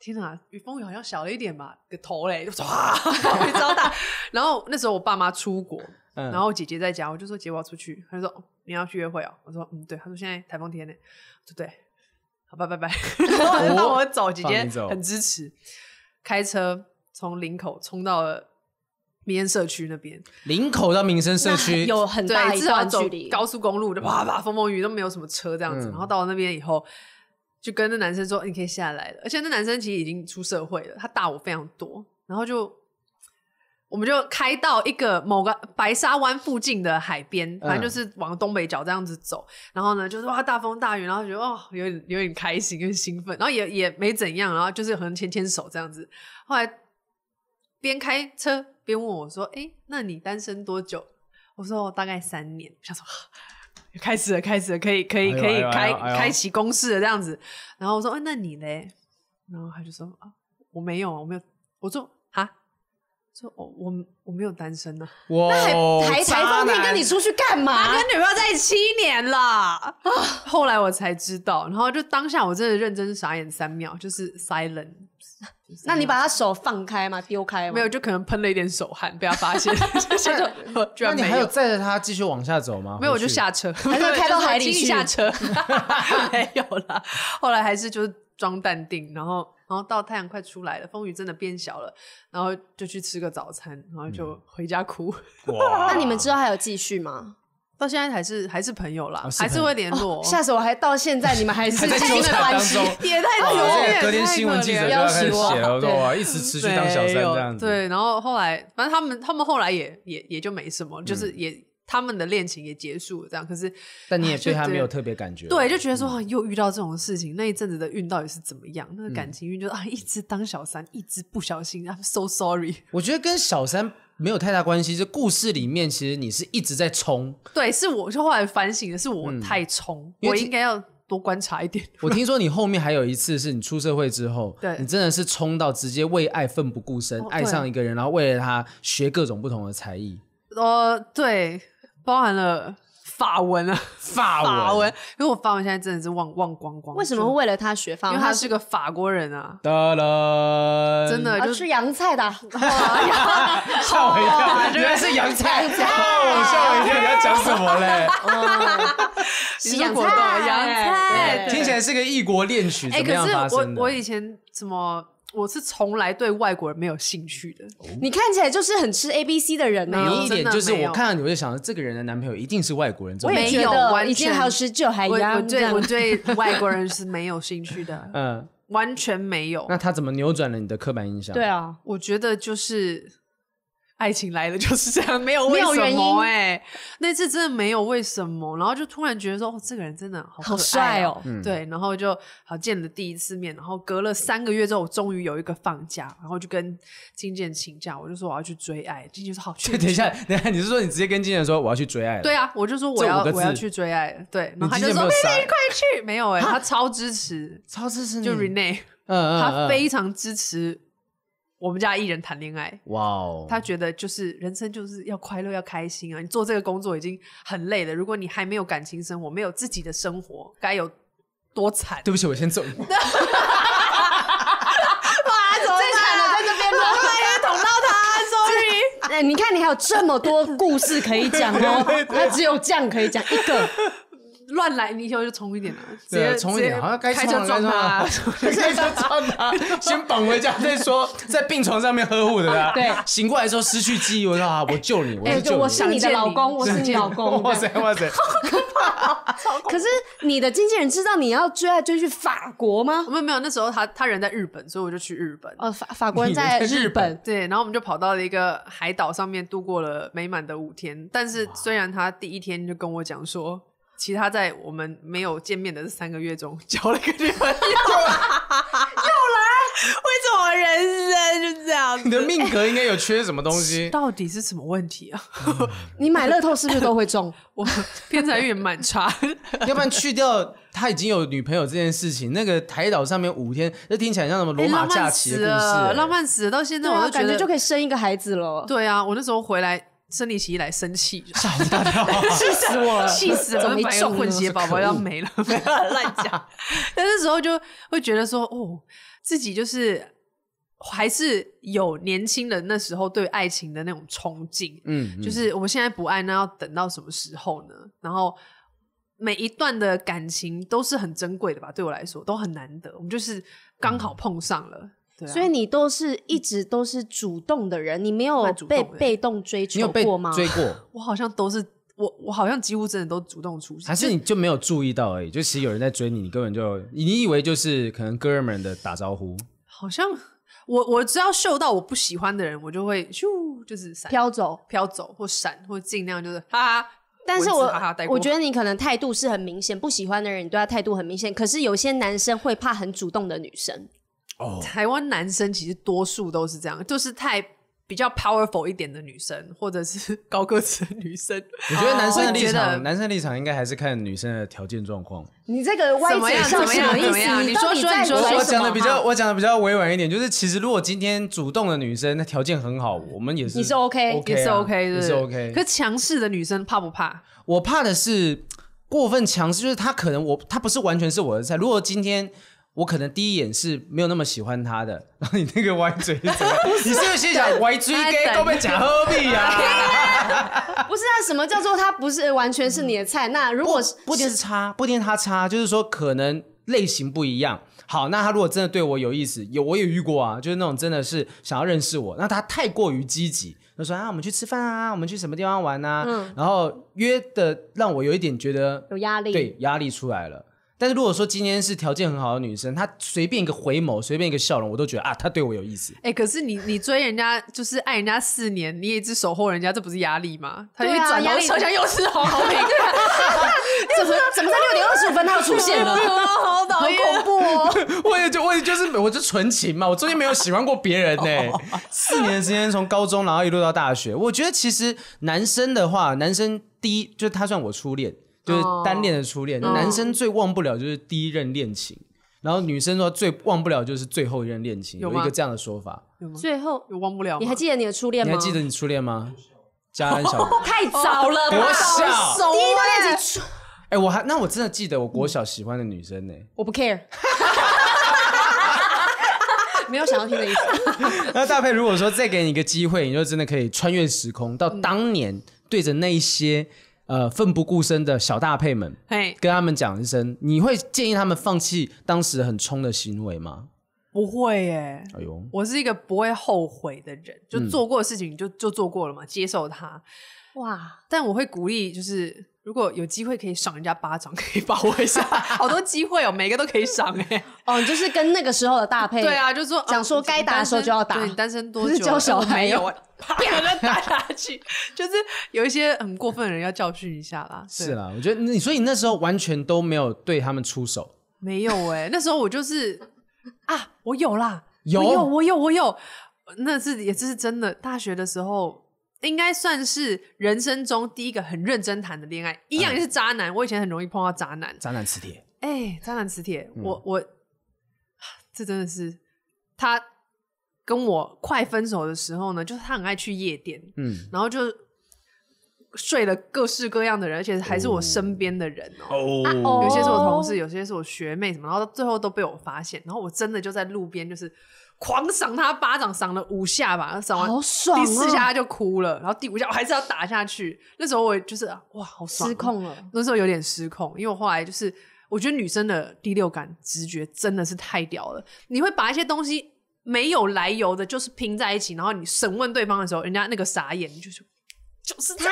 S2: 天哪，雨风雨好像小了一点吧，个头嘞，就唰 被糟蹋。然后那时候我爸妈出国，
S1: 嗯
S2: 然后姐姐在家，我就说姐我要出去，她就说哦你要去约会哦，我说嗯对，她说现在台风天呢，我说对，好吧拜 拜，然后就放我走，姐姐
S1: 哦放你走
S2: 很支持，开车从林口冲到了民安社区那边，
S1: 林口到民生社区
S3: 有很大
S2: 对，
S3: 一
S2: 至少
S3: 段
S2: 走
S3: 距离。
S2: 高速公路就啪啪风风雨雨都没有什么车这样子，
S1: 嗯
S2: 然后到了那边以后。就跟那男生说你可以下来了，而且那男生其实已经出社会了，他大我非常多，然后就我们就开到一个某个白沙湾附近的海边，反正就是往东北角这样子走，然后呢就是哇大风大雨，然后觉得哦有点有点开心，有点兴奋，然后也也没怎样，然后就是可能牵牵手这样子，后来边开车边问我说：“哎、那你单身多久？”我说：“我大概三年。”我想说，开始了，开始了，可以，可以，
S1: 哎呦
S2: 可以
S1: 哎呦
S2: 开、
S1: 哎呦哎呦
S2: 开启公式了这样子。然后我说：“哎、那你嘞？”然后他就说：“啊，我没有，啊，我没有。”我说：“啊，说我我我没有单身呢、啊，
S1: 哇
S3: 那
S1: 哦
S3: 还台台风天跟你出去干嘛？
S2: 跟女朋友在一起七年了。啊” 后来我才知道，然后就当下我真的认真傻眼三秒，就是 silent。
S3: 那你把他手放开吗？丢开吗？
S2: 没有，，就可能喷了一点手汗，被他 发现，就是呃居
S1: 那
S2: 然
S1: 你
S2: 没
S1: 还有载着他继续往下走吗？
S2: 没有，我
S1: 回去
S2: 就。下车，
S3: 还是开到海里去
S2: 请你 下车， 没有啦。后来还是就是装淡定，然后然后到太阳快出来了，风雨真的变小了，然后就去吃个早餐，然后
S1: 嗯
S2: 就回家哭。
S1: 哇
S3: 那你们知道还有继续吗？
S2: 到现在还是还是朋友啦，
S1: 哦是
S2: 还是
S1: 朋友
S2: 会联络。哦
S3: 吓死我！还到现在你 们还是
S1: 还在纠
S3: 亲密
S1: 缠
S3: 关
S1: 当
S3: 系
S1: 中，
S2: 也太
S1: 哇
S2: 丢脸
S1: 这
S2: 了
S1: 个隔天新闻记者就要开始写了，说哇，一直持续当小三
S2: 没有
S1: 这样子。，
S2: 对，然后后来，反正他们他们后来也也也就没什么，就是
S1: 嗯
S2: 也、他们的恋情也结束了这样。可是
S1: 但你也对他没有
S2: 就
S1: 特别感觉。嗯
S2: 对，就觉得说、啊又遇到这种事情，那一阵子的运到底是怎么样？那
S1: 嗯
S2: 个感情运就是、啊，一直当小三，一直不小心，I'm so sorry。
S1: 我觉得跟小三没有太大关系。这故事里面，其实你是一直在 冲。
S2: 对，是我就后来反省的是我太冲，
S1: 嗯因
S2: 我
S1: 为其
S2: 应该要多观察一点。
S1: 我听说你后面还有一次是你出社会之后，
S2: 对
S1: 你真的是冲到直接为爱奋不顾身，
S2: 哦对
S1: 爱上一个人，然后为了他学各种不同的才艺，
S2: 呃，对，包含了法文啊，
S1: 法文
S2: 法文，因为我法文现在真的是忘忘光光。
S3: 为什么
S2: 就
S3: 会？为了他学法
S2: 因
S3: 文？
S2: 为他是个法国人啊，
S1: 哒啦，
S2: 真的
S3: 啊
S2: 就是
S3: 吃洋菜的啊，
S2: 哦
S1: 哦吓我一跳，原来是洋菜，吓我吓我一要讲什么嘞？
S2: 你
S3: 是
S2: 说
S3: 洋
S2: 果冻
S3: 菜
S2: 洋菜 对
S3: 对
S1: 哎听起来是个异国恋曲，
S2: 哎、
S1: 怎么样发
S2: 可是
S1: 生
S2: 我
S1: 的？
S2: 我以前怎么我是从来对外国人没有兴趣的，
S3: 你看起来就是很吃 A B C 的人呢、
S2: 没有
S1: 你一点
S2: 真的
S1: 就是
S2: 没有
S1: 我看到你，我就想，这个人的男朋友一定是外国人，这
S3: 我
S1: 种
S3: 也
S2: 没
S3: 觉
S2: 有
S3: 得
S2: 完
S3: 已经
S2: 全
S3: 好十九还一
S2: 我我
S3: 样哎这
S2: 对
S3: 样
S2: 我对外国人是没有兴趣的，
S1: 嗯，
S2: 完全没有。
S1: 那他怎么扭转了你的刻板印象？
S3: 对，啊，
S2: 我觉得就是爱情来了就是这样，没有为
S3: 没有
S2: 什
S3: 原因
S2: 么哎、那次真的没有为什么，然后就突然觉得说，哦，这个人真的好可
S3: 好帅
S2: 爱
S3: 哦。
S1: 嗯
S2: 对，然后就好见了第一次面，然后隔了三个月之后，我终于有一个放假，然后就跟金健请假，我就说我要去追爱，金健说好去。
S1: 等一下，等一下，你是说你直接跟经纪人说我要去追爱了？
S2: 对啊，我就说我
S1: 这五
S2: 要
S1: 个
S2: 我要
S1: 字
S2: 去追爱了，对，然后
S1: 你
S2: 他
S1: 经
S2: 就
S1: 纪人没
S2: 说
S1: 有
S2: 妹
S1: 杀
S2: 妹快去，没有哎、他超支持，
S1: 超支持你，
S2: 就 Rene，、
S1: 嗯嗯，
S2: 他
S1: 嗯
S2: 非常支持我们家艺人谈恋爱，
S1: 哇哦，
S2: 他觉得就是人生就是要快乐要开心啊，你做这个工作已经很累了，如果你还没有感情生活，没有自己的生活，该有多 惨。
S1: 对不起，我先走。
S3: 最惨的在这边了，因为捅到他，sorry。哎，你看你还有这么多故事可以讲 哦，他只有这样可以讲一个。
S2: 乱来，你以后就冲一点啊，直
S1: 对
S2: 接
S1: 啊，冲一点，好像该
S2: 开
S1: 冲了，
S2: 车
S1: 该
S2: 撞
S1: 冲
S2: 他啊
S1: 了，， 开车撞他，先绑回家再说，在病床上面呵护的他。
S3: 对
S1: 醒过来之后失去记忆，我说啊，我救你，我是
S3: 哎，
S1: 救
S3: 我
S1: 你。
S3: 是你的老公，我是你老公。
S1: 哇塞哇塞，
S3: 可是你的经纪人知道你要追来追去法国吗？
S2: 没有没有，那时候他他人在日本，所以我就去日本。
S3: 哦，法法国人
S1: 人
S3: 在
S1: 在
S3: 日
S1: 日
S3: 本
S1: 本，
S2: 对，然后我们就跑到了一个海岛上面度过了美满的五天。但是虽然他第一天就跟我讲说，其他在我们没有见面的这三个月中交了一个女朋友，又 来，为什么人生就这样
S1: 你的命格应该有缺什么东西？
S2: 到底是什么问题啊？
S3: 你买乐透是不是都会中？
S2: 我偏财运也蛮差，
S1: 要不然去掉他已经有女朋友这件事情，那个海岛上面五天，这听起来像什么罗马
S2: 哎浪
S1: 假
S2: 漫
S1: 期的
S2: 死
S1: 故事、
S2: 了，
S1: 欸？
S2: 浪漫死了。到现在
S3: 对
S2: 我
S3: 啊，
S2: 都觉
S3: 感觉
S2: 得
S3: 就可以生一个孩子了。
S2: 对啊，我那时候回来生理期一来生气，
S1: 吓我一大跳，
S3: 气死我了！
S2: 啊气死
S3: 怎
S2: 了，
S3: 么一
S2: 买个
S3: 中
S2: 混
S3: 呢
S2: 血宝宝要没了， 没有乱讲。 但那时候就会觉得说，哦，自己就是还是有年轻人那时候对爱情的那种憧憬，
S1: 嗯，
S2: 就
S1: 嗯
S2: 是我现在不爱，那要等到什么时候呢？然后每一段的感情都是很珍贵的吧，对我来说都很难得，我们就是刚好碰上了，对啊、
S3: 所以你都是一直都是主动的人，你没有
S2: 蛮主动
S3: 被
S2: 的
S3: 被动追
S1: 你有
S3: 求
S1: 被
S3: 过吗？
S1: 追 过，
S2: 我好像都是我，我好像几乎真的都主动出击，
S1: 还是你就没有注意到而已？就其实有人在追你，你根本就你以为就是可能哥们的打招呼，
S2: 好像我我只要嗅到我不喜欢的人，我就会咻，就是闪
S3: 飘走。
S2: 飘走或闪，或尽量就是哈哈。
S3: 但是我
S2: 文字哈哈带过
S3: 我觉得你可能态度是很明显，不喜欢的人你对他态度很明显。可是有些男生会怕很主动的女生，
S1: 哦，
S2: 台湾男生其实多数都是这样，就是太比较 powerful 一点的女生，或者是高个子的女生，
S1: 我觉得男生的立
S2: 会觉得
S1: 场，男生的立场应该还是看女生的条件状况。
S3: 你这个歪
S2: 怎么
S3: 嘴
S2: 样
S3: 笑
S2: 怎么
S3: 什
S2: 样
S3: 意
S2: 怎么
S3: 思？
S2: 样
S3: 你
S2: 你
S3: 到
S2: 说
S3: 底
S2: 说
S3: 在
S2: 你说
S3: 拽
S2: 说
S1: 我
S3: 什
S1: 讲
S3: 么
S1: 的
S3: 哈
S1: 比较，我讲的比较委婉一点，就是其实如果今天主动的女生，那条件很好，我们也是
S3: 你是 OK，
S1: OK
S2: 也是
S1: 啊
S2: OK 的，
S1: 也是 OK。
S2: 可强势的女生怕不怕？
S1: 我怕的是过分强势，就是他可能我他不是完全是我的菜。如果今天我可能第一眼是没有那么喜欢他的，然后你那个歪嘴是啊怎么样？你 是不是心想歪嘴给都被假喝啊币呀？
S3: 不是啊？什么叫做他不是完全是你的菜？那如果是
S1: 不一定是差，不一定是他差，就是说可能类型不一样。好，那他如果真的对我有意思，有我也遇过啊，就是那种真的是想要认识我，那他太过于积极，就说啊，我们去吃饭啊，我们去什么地方玩啊，然后约的让我有一点觉得
S3: 嗯有压力，
S1: 对，压力出来了。但是如果说今天是条件很好的女生，她随便一个回眸，随便一个笑容，我都觉得啊，她对我有意思。
S2: 哎、可是你你追人家就是爱人家四年，你也一直守候人家，这不是压力吗？他一
S3: 对啊
S2: 转
S3: 压
S2: 头
S3: 力
S2: 想想又是黄豪平，哎
S3: 怎么怎么在六点二十五分他又出现了？
S2: 好
S3: 好
S2: 讨厌。
S3: 恐怖哦！
S1: 我也就我也就是我就纯情嘛，我中间没有喜欢过别 人呢、四年的时间，从高中然后一路到大学，我觉得其实男生的话，男生第一就是他算我初恋，就是单恋的初恋。男生最忘不了就是第一任恋情，然后女生说最忘不了就是最后一任恋情，
S2: 有
S1: 有
S2: 吗
S1: 一个这样的说法。
S3: 最后
S2: 我忘不了吗，
S3: 你还记得你的初恋
S1: 你
S3: 吗？
S1: 还记得你初恋吗？家安 小国
S3: 太早了吧？啊
S1: 小。
S2: 熟欸？
S3: 第一段恋情初，
S1: 哎、我还那我真的记得我国小喜欢的女生呢、
S3: 我不 care。没有想要听的意思，
S1: 那大佩，如果说再给你一个机会，你就真的可以穿越时空到当年，对着那一些呃奋不顾身的小搭配们，
S2: 嘿，
S1: 跟他们讲一声，你会建议他们放弃当时很冲的行为吗？
S2: 不会耶，
S1: 哎呦，
S2: 我是一个不会后悔的人，就
S1: 嗯
S2: 做过的事情就就做过了嘛，接受它。
S3: 哇，
S2: 但我会鼓励，就是如果有机会可以赏人家巴掌， 可以把握一下，好多机会哦，每个都可以赏 哎、
S3: 哦，你就是跟那个时候的搭配，
S2: 对，啊，就说
S3: 讲说该打的时候就要打
S2: 对，你单身 多
S3: 不
S2: 久
S3: 是
S2: 了？
S3: 教小孩
S2: 没
S3: 哦
S2: 有啊，啪就打下去， 就是有一些很过分的人要教训一下啦。对
S1: 是啦，我觉得你，所以你那时候完全都没有对他们出手，
S2: 没有哎、那时候我就是啊，我有啦，
S1: 有
S2: 我有，我有，我有，那是也这是真的。大学的时候，应该算是人生中第一个很认真谈的恋爱，一样也是渣男。我以前很容易碰到渣男，
S1: 渣男磁铁，
S2: 哎、渣男磁铁，我我这真的是他跟我快分手的时候呢，就是他很爱去夜店，
S1: 嗯，
S2: 然后就睡了各式各样的人，而且还是我身边的人哦
S1: 哦
S2: 有些是我同事，
S3: 哦
S2: 有些是我学妹什么，然后到最后都被我发现，然后我真的就在路边就是狂赏他巴掌，赏了五下吧，赏完
S3: 好爽、啊，
S2: 第四下他就哭了，然后第五下我还是要打下去。那时候我就是啊哇，好爽，哦
S3: 失，控了，
S2: 那时候有点失控，因为我后来就是我觉得女生的第六感直觉真的是太屌了，你会把一些东西没有来由的，就是拼在一起，然后你审问对方的时候，人家那个傻眼，你就是就是他，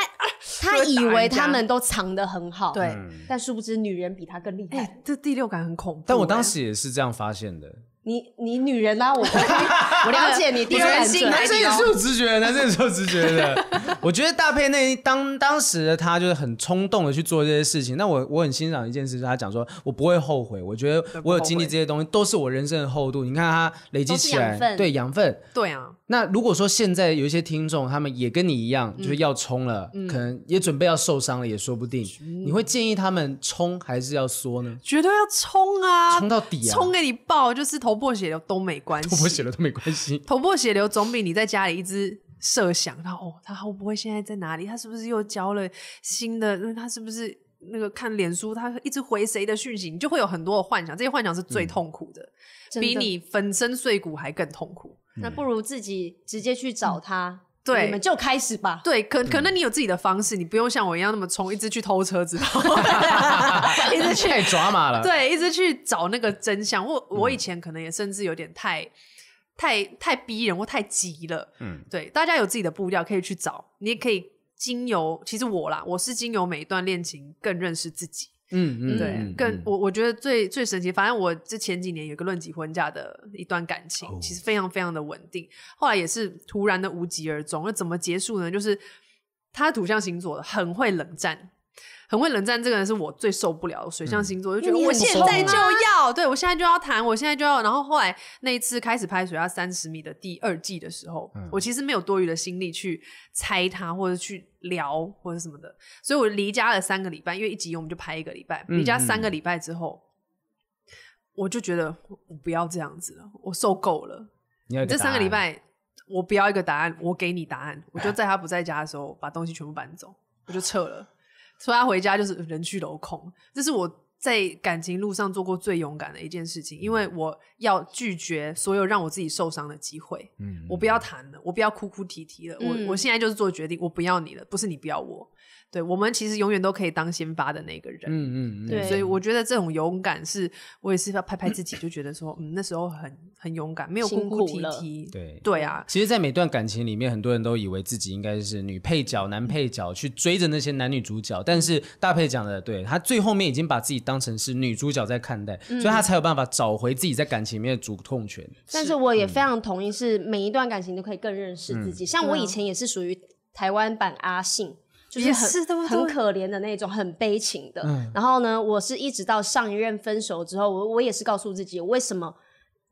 S3: 他以为他们都藏得很好，
S2: 对，
S3: 但殊不知女人比他更厉害。
S2: 哎、这第六感很恐怖、
S1: 但我当
S2: 哎
S1: 时也是这样发现的，
S3: 你你女人啊，我我了解你第六感
S2: 女人心
S3: 准，
S2: 还
S1: 男生也是有直觉的，男生也是有直觉的。我觉得大佩那当当时的他就是很冲动的去做这些事情。那我我很欣赏一件事，就是他讲说我不会后悔。我觉得我有经历这些东西，都是我人生的厚度。你看他累积起
S3: 都是
S1: 来，
S3: 养分
S1: 对养分。
S2: 对啊，
S1: 那如果说现在有一些听众，他们也跟你一样，就是要冲了，可能也准备要受伤了，也说不定。你会建议他们冲还是要缩呢？
S2: 绝对要冲啊，
S1: 冲到底啊！
S2: 冲给你爆，就是头破血流都没关系。
S1: 我不写了都没关系。
S2: 头破血流总比你在家里一直设想，他哦，他会不会现在在哪里？他是不是又交了新的？嗯他是不是那个看脸书，他一直回谁的讯息？你就会有很多的幻想，这些幻想是最痛苦的，
S3: 真的
S2: 比你粉身碎骨还更痛苦。
S3: 那不如自己直接去找他，
S2: 嗯对
S3: 你们就开始吧。
S2: 对，
S1: 嗯
S2: 可可能你有自己的方式，你不用像我一样那么冲，一直去偷车子， 一直去
S1: 太抓马了。
S2: 对，一直去找那个真相。我我以前可能也甚至有点太、太太逼人或太急了。
S1: 嗯
S2: 嗯，对，大家有自己的步调可以去找，你也可以经由。其实我啦，我是经由每一段恋情更认识自己。
S1: 嗯嗯，
S2: 对，
S1: 嗯
S2: 更
S1: 嗯
S2: 我我觉得最最神奇，反正我这前几年有一个论及婚嫁的一段感情，
S1: 哦
S2: 其实非常非常的稳定，后来也是突然的无疾而终。那怎么结束呢？就是他土象星座的，很会冷战。很会冷战，这个人是我最受不了的。
S1: 嗯
S2: 水象星座、就觉
S3: 那
S2: 得
S3: 你
S2: 我
S3: 很
S2: 现
S3: 冲
S2: 在
S3: 吗
S2: 就要，对我现在就要谈，我现在就要。然后后来那一次开始拍《水下三十米》的第二季的时候，
S1: 嗯
S2: 我其实没有多余的心力去猜他或者去聊或者什么的。所以我离家了三个礼拜，因为一集我们就拍一个礼拜，
S1: 嗯
S2: 离家三个礼拜之后，我就觉得我我不要这样子了，我受够了。
S1: 你要有
S2: 这
S1: 答
S2: 三个
S1: 案
S2: 礼拜，我不要一个答案，我给你答案。我就在他不在家的时候，把东西全部搬走，我就撤了。所以他回家就是人去楼空，这是我在感情路上做过最勇敢的一件事情，因
S1: 嗯
S2: 为我要拒绝所有让我自己受伤的机会。
S1: 嗯
S2: 我不要谈了，我不要哭哭啼啼了，
S3: 嗯
S2: 我我现在就是做决定，我不要你了，不是你不要我。对我们其实永远都可以当先发的那个人，
S1: 嗯嗯嗯，
S3: 对
S2: 所以我觉得这种勇敢是，我也是要拍拍自己，就觉得说，嗯，那时候很很勇敢，没有哭哭啼
S3: 辛苦了
S2: 啼。
S1: 对
S2: 对啊，
S1: 其实，在每段感情里面，很多人都以为自己应该是女配角、男配角去追着那些男女主角，但是大配讲的对，他最后面已经把自己当成是女主角在看待，
S2: 嗯
S1: 所以他才有办法找回自己在感情里面的主控权。
S3: 但是我也非常同意，是每一段感情都可以更认识自己。
S2: 啊
S3: 像我以前也是属于台湾版阿信，就是
S2: 也
S3: 很
S2: 是对不对
S3: 很可怜的那种，很悲情
S1: 嗯
S3: 的。
S2: 嗯
S3: 然后呢，我是一直到上一任分手之后，我我也是告诉自己，我为什么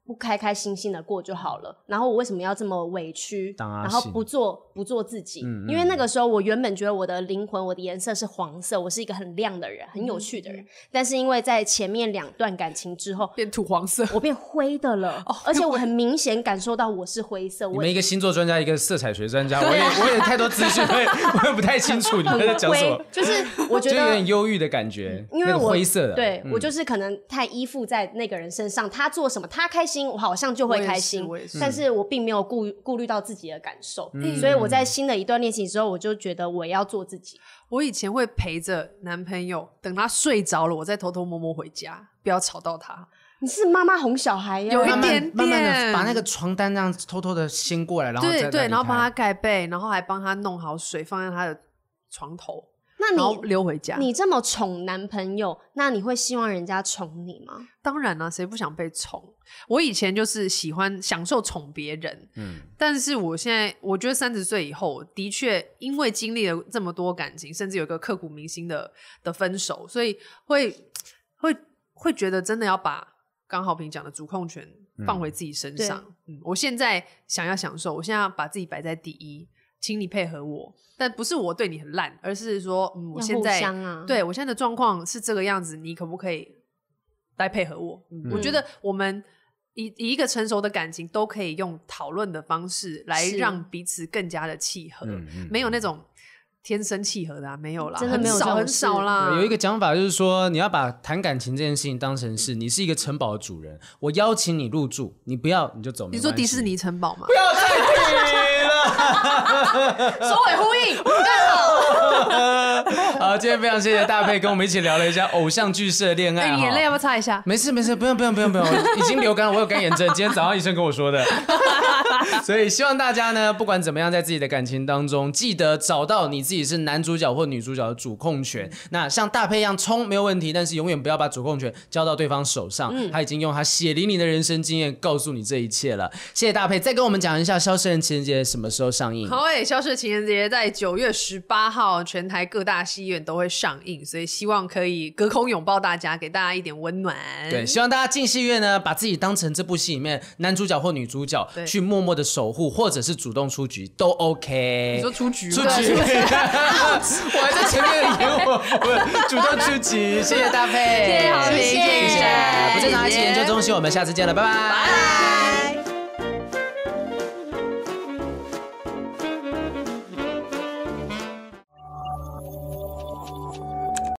S3: 不开开心心的过就好了？然后我为什么要这么委屈？
S1: 当阿
S3: 然后
S1: 信嗯
S3: 不做不做自己？因为那个时候我原本觉得我的灵魂、我的颜色是黄色，我是一个很亮的人，很有趣的人。但是因为在前面两段感情之后，
S2: 变土黄色，
S3: 我变灰的了，而且我很明显感受到我是灰色，
S1: 哦你
S3: 我
S1: 们一个星座专家，一个色彩学专 家，我也我也太多资讯，我也 我也不太清楚你们在讲什么
S3: 灰，，就是我觉
S1: 就有
S3: 得
S1: 点。忧郁的感觉，
S3: 因为
S1: 那个
S3: 我
S1: 灰色的，啊嗯
S3: 对、我就是可能太依附在那个人身上，他做什么他开心心，我好像就会开心
S2: 我也是我也是，
S1: 嗯
S3: 但是我并没有顾顾虑到自己的感受，所以我在新的一段恋情之后，我就觉得我要做自己。
S2: 我以前会陪着男朋友，等他睡着了，我再偷偷摸摸回家，不要吵到他。
S3: 你是妈妈哄小孩呀，
S2: 有一
S1: 慢
S2: 点
S1: 慢慢慢的
S2: 点
S1: 把那个床单这样偷偷的掀过来，然后再
S2: 对
S1: 再
S2: 对，
S1: 离
S2: 然后帮
S1: 开
S2: 他盖被，然后还帮他弄好水，放在他的床头，
S3: 那
S2: 然后
S3: 你
S2: 溜回家。
S3: 你这么宠男朋友，那你会希望人家宠你 吗？
S2: 当然啦、谁不想被宠？我以前就是喜欢享受宠别人，
S1: 嗯
S2: 但是我现在我觉得三十岁以后，的确因为经历了这么多感情，甚至有一个刻骨铭心的的分手，所以会会会觉得真的要把刚好平讲的主控权放回自己身上。嗯我现在想要享受，我现在要把自己摆在第一，请你配合我，但不是我对你很烂，而是说，嗯，我
S3: 要
S2: 现
S3: 互
S2: 在、
S3: 相啊，，
S2: 对我现在的状况是这个样子，你可不可以来配合我？嗯我觉得我们以以一个成熟的感情，都可以用讨论的方式来
S3: 是
S2: 让彼此更加的契合，
S1: 嗯嗯
S2: 没有那种天生契合的、啊，没有啦，
S3: 真的没有
S2: 很
S3: 这
S2: 少
S3: 种
S2: 很少
S3: 事
S2: 啦。
S1: 对有一个讲法就是说，你要把谈感情这件事情当成是你是一个城堡的主人，我邀请你入住，你不要你就走。
S2: 你
S1: 没
S2: 说
S1: 关
S2: 迪
S1: 系
S2: 士尼城堡嘛
S1: 不，要再提了。
S3: 首尾呼应，对了，
S1: 好，今天非常谢谢大佩跟我们一起聊了一下偶像剧式的恋爱
S2: 那
S1: 哈。
S2: 你眼泪要不要擦一下？
S1: 没事没事，不用不用不用不用，已经流干了，我有干眼症，今天早上医生跟我 说的。所以希望大家呢，不管怎么样，在自己的感情当中，记得找到你自己是男主角或女主角的主控权。那像大配一样冲没有问题，但是永远不要把主控权交到对方手上。
S2: 嗯
S1: 他已经用他血淋淋的人生经验告诉你这一切了。谢谢大配，再跟我们讲一下《消失人情人节》什么时候上映？
S2: 好诶、消失的情人节在九月十八号，全台各大戏院都会上映，所以希望可以隔空拥抱大家，给大家一点温暖。
S1: 对，希望大家进戏院呢，把自己当成这部戏里面男主角或女主角，
S2: 对
S1: 去默默的守护，或者是主动出局都 OK。
S2: 你说出局吗？
S1: 出局， 我还在前面演我我主动出局，谢谢大佩，
S2: 谢谢好评
S1: 谢
S3: 谢谢
S1: 谢，不正常爱情研究中心，我们下次见了，拜拜。